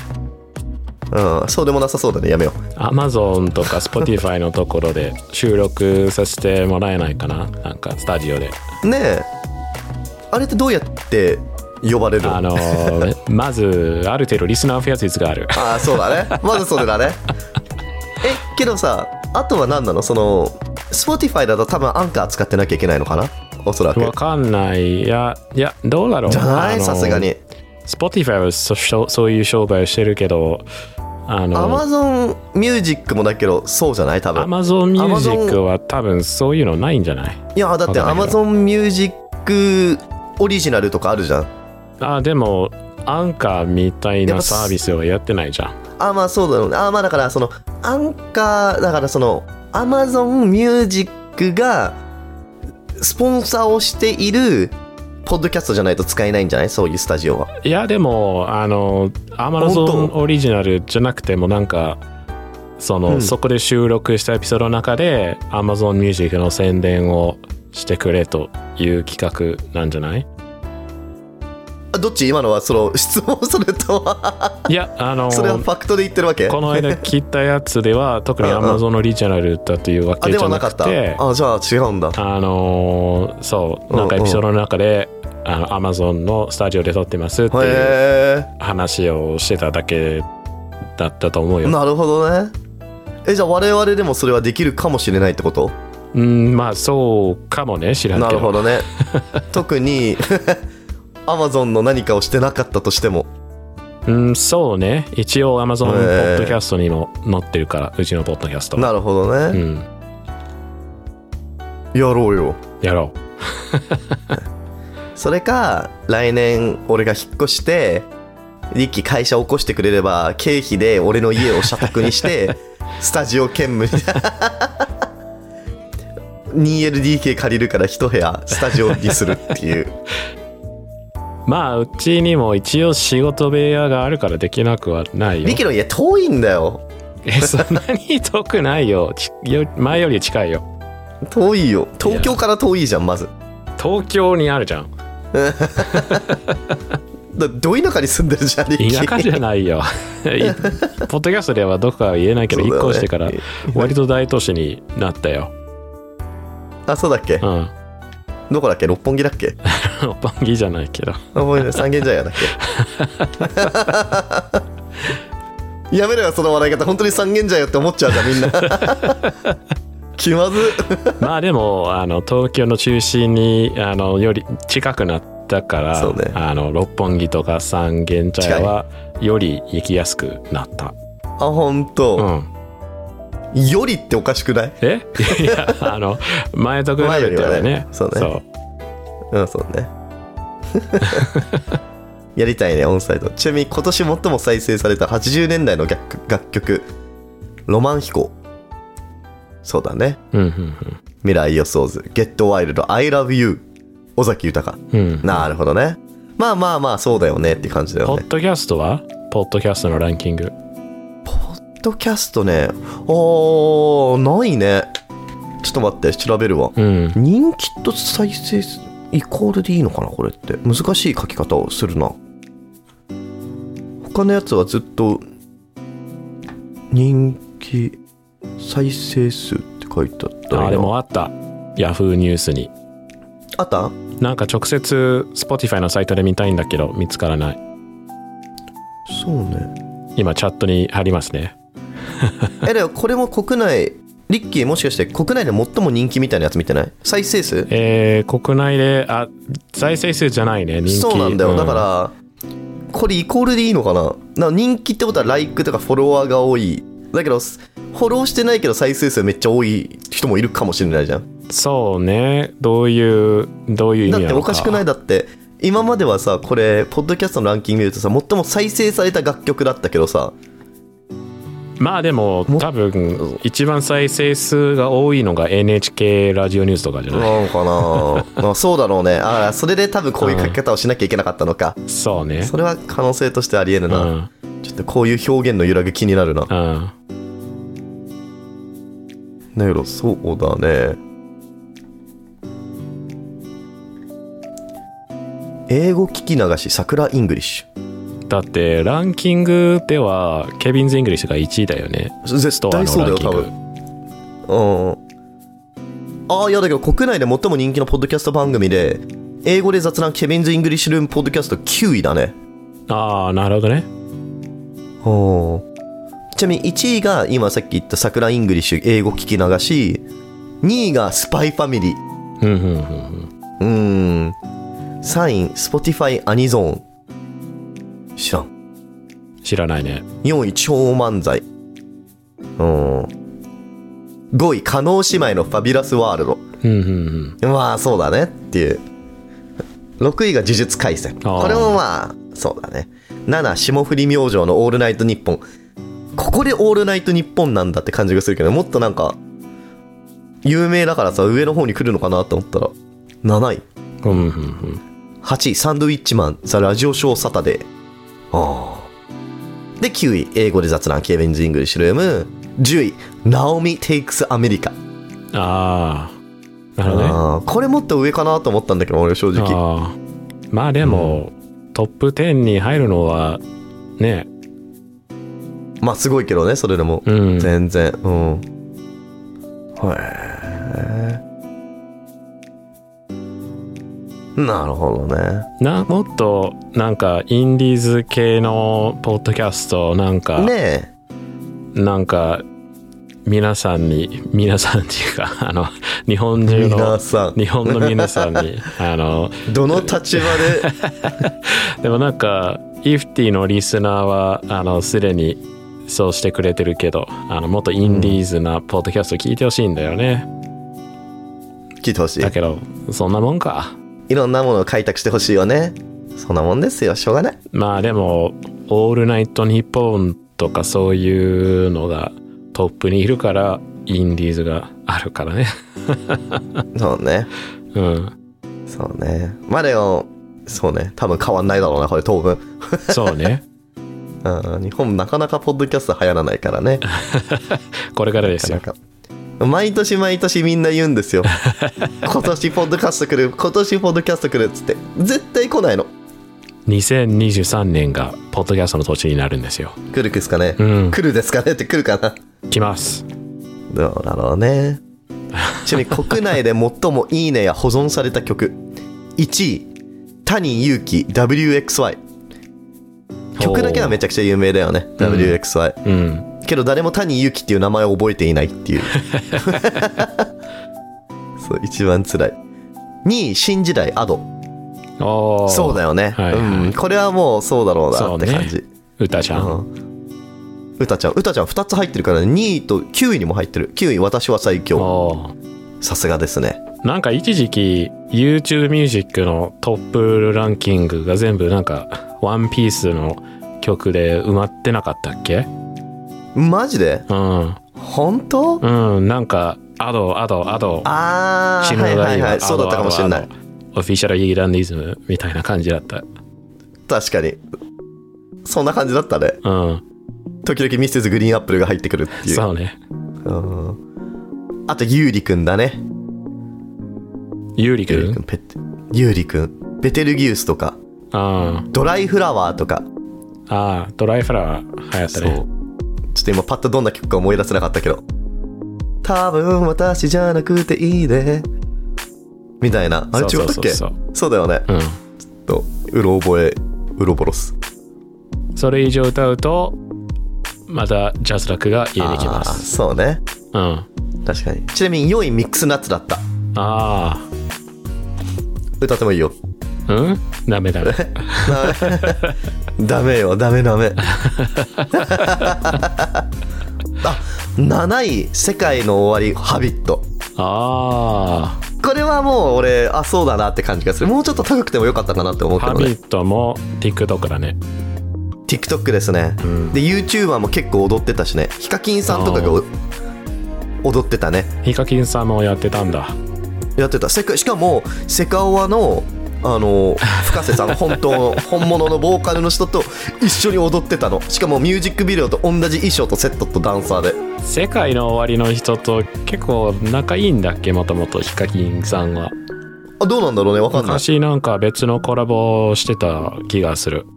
S2: うんそうでもなさそうだねやめよ
S1: Amazon とか Spotify のところで収録させてもらえないかななんかスタジオで
S2: うねえあれってどうやって呼ばれるの
S1: あ
S2: あ
S1: の ーまずある程度リスナーを増やす率がある
S2: あーそうだ ねまずそれだねえけどさあとは何なのその Spotify だと多分アンカー使ってなきゃいけないのかなおそらく
S1: わかんないいやいやどうだろう
S2: じゃな
S1: あ
S2: い
S1: のー
S2: さすがに
S1: Spotify はそそうそういう商売をしてるけどあの
S2: Amazon Music もだけどそうじゃない多分
S1: Amazon Music は多分そういうのないんじゃない
S2: いやだって
S1: わかんないけ
S2: Amazon Music オリジナルとかあるじゃん
S1: あでもアンカーみたいなサービスはやってないじゃん
S2: あまあそうだろうねあまあだからそのアンカーだからそのアマゾンミュージックがスポンサーをしているポッドキャストじゃないと使えないんじゃないそういうスタジオはい
S1: やでもあのアマゾ
S2: 本
S1: ンオリジナルじゃなくてもなんかその、
S2: うん
S1: そこで収録したエピソードの中で Amazon Music の宣伝をしてくれという企画なんじゃない
S2: あどっち今のはその 質問するとはい
S1: やあの
S2: それはファクトで言ってるわけ
S1: この間聞いたやつでは特に
S2: うんうん
S1: Amazon オリジナルだというわ
S2: あ
S1: け
S2: で
S1: じゃ
S2: はな
S1: な
S2: か
S1: く
S2: った
S1: て
S2: あじゃあ違うんだ
S1: あのーそう
S2: うん
S1: なんかエピソードの中で、あの Amazon のスタジオで撮ってますっていう
S2: へ
S1: 話をしてただけだったと思う
S2: え
S1: よ。
S2: なるほどねえじゃあ我々でもそれはできるかもしれないってこと
S1: うんまあそうかもね知らんけ
S2: な
S1: ど
S2: るほど ね特に Amazon の何かをしてなかったとしても
S1: うん、そうね一応 Amazon ポ
S2: え
S1: ッ
S2: ー
S1: ドキャストにも載ってるから、うちのポッドキャスト
S2: なるほど
S1: う
S2: ね、
S1: ん
S2: やろうよ
S1: やろう
S2: それか来年俺が引っ越してリッキー会社起こしてくれれば経費で俺の家を社宅にして スタジオ兼務 2LDK 借りるから一部屋スタジオにするっていう
S1: まあうちにも一応仕事部屋があるからできなくはないよ
S2: リッキーの家遠いんだよ
S1: えそんなに遠くないよちよ前より近いよ
S2: 遠いよ東京から遠いじゃんまず
S1: 東京にあるじゃん
S2: だど田舎に住んでるじゃんリッキ
S1: 田
S2: ー
S1: 舎じゃない よいポッドキャストではどこかは言えないけど
S2: そうだ
S1: 引
S2: ね
S1: っ越してから割と大都市になったよ
S2: あそうだっけ
S1: うん
S2: どこだっけ六本木だっけ
S1: 六本木じゃないけど
S2: 覚えてない三軒茶屋だっけやめろよその笑い方本当に三軒茶屋って思っちゃうじゃんみんな気まず
S1: まあでもあの東京の中心にあのより近くなったから、
S2: そうね
S1: あの六本木とか三軒茶屋はより行きやすくなった。
S2: あ本
S1: う
S2: 当、
S1: ん、
S2: よりっておかしくない
S1: え いやあの前と比べては
S2: 前よりは
S1: ね
S2: ねそうねうんそうねやりたいねオンサイトちなみに今年最も再生された80年代の楽楽曲「ロマン飛行」そうだね
S1: うんうん
S2: 「未来予想図」「ゲットワイルド」「I love you」尾崎豊
S1: うんうん
S2: なるほどね。まあまあまあ、そうだよねって感じだ
S1: ポ
S2: よね
S1: ッ。ドキャストはポッドキャストのランキング
S2: ポッドキャストね。あー、ないね。ちょっと待って、調べるわ。
S1: うん
S2: 人気と再生数イコールでいいのかなこれって。難しい書き方をするな。他のやつはずっと、人気、再生数って書いてあった
S1: あ
S2: な
S1: でもあったヤフーニュースに
S2: あった
S1: なんか直接 Spotify のサイトで見たいんだけど見つからない
S2: そう ね。
S1: 今チャットに貼りますね
S2: え、でもこれも国内、リッキーもしかして国内で最も人気みたいなやつ見てない再生数
S1: えー、国内であ再生数じゃないね人気
S2: そうなんだよ、
S1: う
S2: だからこれイコールでいいのかなな人気ってことは LIKE とかフォロワーが多いだけどフォローしてないけど再生数めっちゃ多い人もいるかもしれないじゃん
S1: そうねどういうどういう意味
S2: だ
S1: な
S2: っ
S1: のか
S2: ておかしくないだって今まではさこれポッドキャストのランキングで言うとさ最も再生された楽曲だったけどさ
S1: まあでも
S2: も
S1: 多分一番再生数が多いのが NHK ラジオニュースとかじゃない
S2: なの かなまあそうだろうねああそれで多分こういう書き方をしなきゃいけなかったのか、
S1: そうね
S2: それは可能性としてありえる
S1: う
S2: な、
S1: ん
S2: ちょっとこういう表現の揺らぎ気になるな
S1: うん
S2: だけどそうだね英語聞き流し桜イングリッシ
S1: だってランキングではケビンズ・イングリッシュが1位だよね
S2: ュ絶
S1: ストア
S2: 対
S1: の
S2: そうだ
S1: ラン
S2: よ
S1: キン
S2: 多
S1: グ
S2: 分うんああいやだけど国内で最も人気のポッドキャスト番組で英語で雑談ケビンズ・イングリッシュルームポッドキャスト9位だね
S1: ああなるほどね
S2: おーちなみに1位が今さっき言った桜イングリッシュ英語聞き流し2位がスパイファミリー
S1: うんうんうんうん
S2: うーん。3位、Spotify アニゾーン。知らん。
S1: 知らないね
S2: 4位、超漫才。うん。5位、加納姉妹のファビュラスワール
S1: うんうんうん
S2: ド。まあ、そうだねっていう。6位が呪術廻戦。
S1: あー
S2: これもまあ、そうだね。7位、霜降り明星のオールナイトニッポン。ここでオールナイトニッポンなんだって感じがするけど、もっとなんか、有名だからさ、上の方に来るのかなと思ったら、7位。
S1: うんうんうん
S2: 8位、サンドウィッチマン、ザ・ラジオショーサタデー。あーで、9位、英語で雑談、ケーベンズ・イングリッシュルーム。10位、ナオミ・テイクス・アメリカ。
S1: ああなるほどね
S2: あーこれもっと上かなと思ったんだけど、俺正直。
S1: あーまあでも、トップ10に入るのはね
S2: まあ、すごいけどね、それでも。
S1: うん
S2: 全然。うん。へえ。なるほどね。
S1: なもっとなんかインディーズ系のポッドキャストなんか、
S2: ね
S1: なんか皆さんに皆さんっていうかあ の日本
S2: え、
S1: 中
S2: 皆
S1: の
S2: さん、
S1: 日本の皆さん にあの
S2: どの立場で、
S1: でもなんかイフティのリスナーはあのすでにそうしてくれてるけどあのもっとインディーズなポッドキャスト聞いてほしいんだよね、
S2: 聞いてほし い
S1: だ。けどそんなもんか
S2: いろんなものを開拓してほしいよね。そんなもんですよ、しょうがない。
S1: まあでも「オールナイトニッポン」とかそういうのがトップにいるからインディーズがあるからね
S2: そうね。
S1: うん
S2: そうね。まあでも、そうね。多分変わんないだろうな、これ当分。
S1: そうね
S2: うん、日本なかなかポッドキャスト流行らないか らね。
S1: これからです
S2: な
S1: よ
S2: かなか毎年毎年みんな言う んですよ。今年ポッドキャスト来る、今年ポッドキャスト来るっつって。絶対来ないの。
S1: 2023年がポッドキャストの年になるんですよ
S2: 来るですかね、
S1: うん
S2: 来るですかねって来るかな。
S1: 来ます
S2: どうだろうね。ちなみに国内で最もいいねや保存された曲。1位、谷祐希 WXY。曲だけはめちゃくちゃ有名だよね。WXY。
S1: うん
S2: けど誰も谷ゆきっていう名前を覚えていな いっていうそう一番辛い2位新時代アド
S1: お
S2: そうだ
S1: よ
S2: よね、
S1: はいはい
S2: うん、これはもうそうだろうなって感じ
S1: そう歌ちゃん、
S2: うんうたちゃんうたちゃん2つ入ってるからね2位と9位にも入ってる9位私は最強
S1: おー
S2: さすがですね
S1: なんか一時期 YouTube ミュージックのトップランキングが全部なんかワンピースの曲で埋まってなかったっけ
S2: マジで
S1: うん
S2: 本当
S1: うんなんかアドアドアド
S2: ああ
S1: 死ぬ
S2: は
S1: の
S2: い
S1: が
S2: はいい
S1: いわ
S2: はいそうだったかもしれな
S1: アド
S2: い
S1: アドアドオフィシャルイーランディズムみたいな感じだった
S2: 確かにそんな感じだったね
S1: うん
S2: 時々ミステスグリーンアップルが入ってくるっていう
S1: そうね
S2: うんあと、ゆうりくんだね。
S1: ゆうりく
S2: ゆうりく
S1: ん
S2: ん、ペテ、ゆうりくん。ベテルギウスとか、
S1: あ
S2: ドライフラワーとか。
S1: あああドライフラワー流行った
S2: そう。
S1: ね
S2: ちょっと今パッとどんな曲か思い出せなかったけど。多分私じゃなくていいで。みたいな。あれ違
S1: そ
S2: っ
S1: うそ
S2: たっ
S1: うそ
S2: け
S1: う
S2: そ
S1: そうう
S2: だよね。
S1: う
S2: と、うろ覚え、うろぼろす。
S1: んそれ以上歌うとまたジャスラックが家に来ま
S2: あー
S1: す
S2: そうね。
S1: うんあ
S2: 確かに。ちなみに4位ミックスナッツだった。
S1: あ
S2: 歌ってもいいよ。
S1: ーうんダメダメ
S2: ダメよダメ ダメあ7位「世界の終わり」「ハビット
S1: あ」
S2: これはもう俺あそうだなって感じがするもうちょっと高くてもよかったかなって思
S1: あ
S2: うけ
S1: ハ
S2: ど
S1: ビ
S2: ね
S1: ットも TikTok だね
S2: TikTok ですね、
S1: ん
S2: で YouTuber も結構踊ってたしねヒカキンさんとかがお
S1: あ
S2: 踊ってたね
S1: ヒカキンさんもやってたんだ
S2: やってたせかしかもセカオワのあの深 瀬さん本当の本物のボーカルの人と一緒に踊ってたのしかもミュージックビデオと同じ衣装とセットとダンサーで
S1: 世界の終わりの人と結構仲いいんだっけもともとヒカキンさんは
S2: あどうなんだろうねわかんない
S1: 昔なんか別のコラボしてた気がする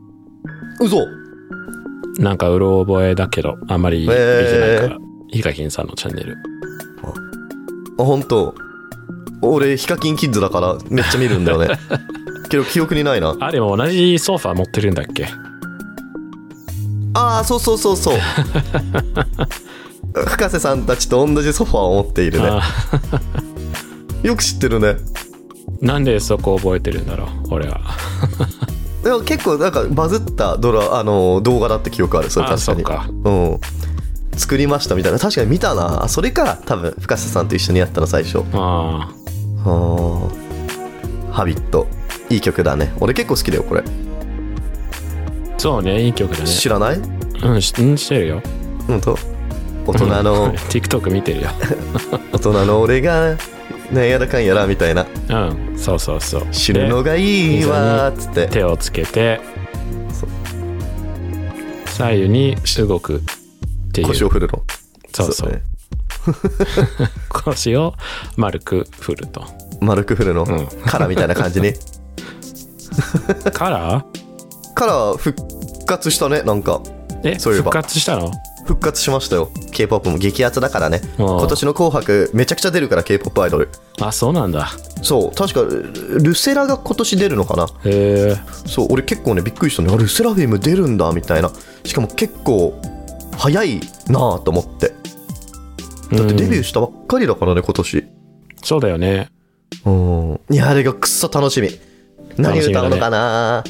S2: 嘘
S1: なんかうろ覚えだけどあんまり見てないから、ヒカキンさんのチャンネル
S2: あ本当俺ヒカキンキッズだからめっちゃ見るんだ よねけど記憶にないな
S1: あでも同じソファー持ってるんだっけ
S2: ああそうそうそ うそう深瀬さんたちと同じソファーを持っているね
S1: あ
S2: よく知ってるね
S1: ーなんでそこ覚えてるんだろう俺は
S2: でも結構なんかバズったドラあの動画だって記憶あるそれ
S1: あ
S2: 確か
S1: そ
S2: に
S1: っか
S2: うん作りましたみたいな確かに見たなあそれか多分深瀬さんと一緒にやったの最初
S1: あ
S2: あーハビットいい曲だね俺結構好きだよこれ
S1: ーそうねいい曲だね
S2: 知らない
S1: うんしうんしてるよ
S2: 本当大人 の
S1: TikTok 見てるよ
S2: 大人の俺がなんやらかんやらみたいな
S1: うんそうそうそう
S2: 死ぬのがいいわーっつって
S1: で手をつけて
S2: そう
S1: 左右に動くっていう
S2: 腰を振るの
S1: そうそう
S2: ね
S1: 腰を丸く振ると
S2: 丸く振るの、
S1: ん
S2: カラーみたいな感じに
S1: カラー
S2: カラー復活したねなんか
S1: え
S2: そういえば
S1: 復活したの
S2: 復活しましたよ k p o p も激アツだからね
S1: あー
S2: 今年の「紅白」めちゃくちゃ出るから k p o p アイドル
S1: あそうなんだ
S2: そう確かルルセラが今年出るのかな
S1: へえ
S2: そう俺結構ねびっくりしたねあルセラフィム出るんだみたいなしかも結構早いなあと思ってだってデビューしたばっかりだからね今年
S1: そうだよね
S2: うんいやあれがくっそ楽しみ何歌うのかな、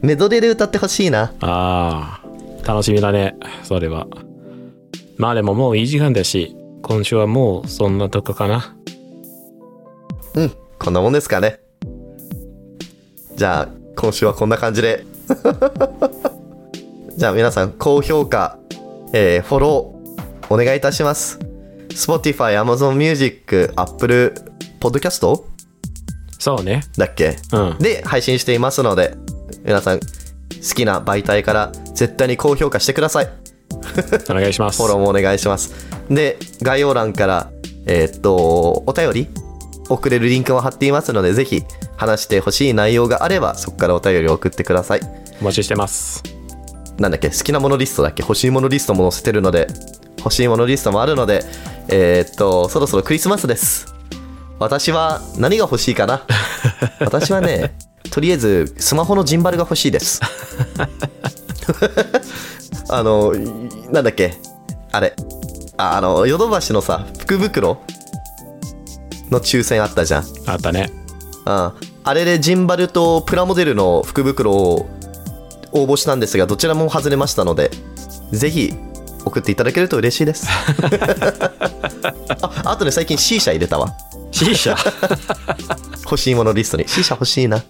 S2: メドレーで歌ってほしいな
S1: ああ楽しみだねそれはまあでももういい時間だし今週はもうそんなとこかな
S2: うんこんなもんですかねじゃあ今週はこんな感じで じゃあ皆さん高評価、えーフォローお願いいたします Spotify、Amazon Music、Apple Podcast
S1: そうね
S2: だっけ
S1: うん
S2: で配信していますので皆さん好きな媒体から絶対に高評価してください
S1: お願いします
S2: フォローもお願いしますで概要欄からえーっとお便り送れるリンクも貼っていますのでぜひ話してほしい内容があればそこからお便りを送ってください
S1: お待ちしてます
S2: なんだっけ好きなものリストだっけ欲しいものリストも載せてるので欲しいものリストもあるのでえーっとそろそろクリスマスです私は何が欲しいかな私はねとりあえずスマホのジンバルが欲しいですあのいなんだっけあれああのヨドバシのさ福袋の抽選あったじゃん
S1: あったね
S2: うん、あれでジンバルとプラモデルの福袋を応募したんですがどちらも外れましたのでぜひ送っていただけると嬉しいです ああとね最近 C 社入れたわ
S1: C 社
S2: 欲しいものリストに C 社欲し いな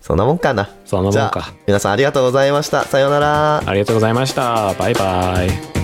S2: そんなもんかな
S1: そんなもん
S2: じゃ
S1: か
S2: あ皆さんありがとうございましたさようなら
S1: ありがとうございましたバイバイ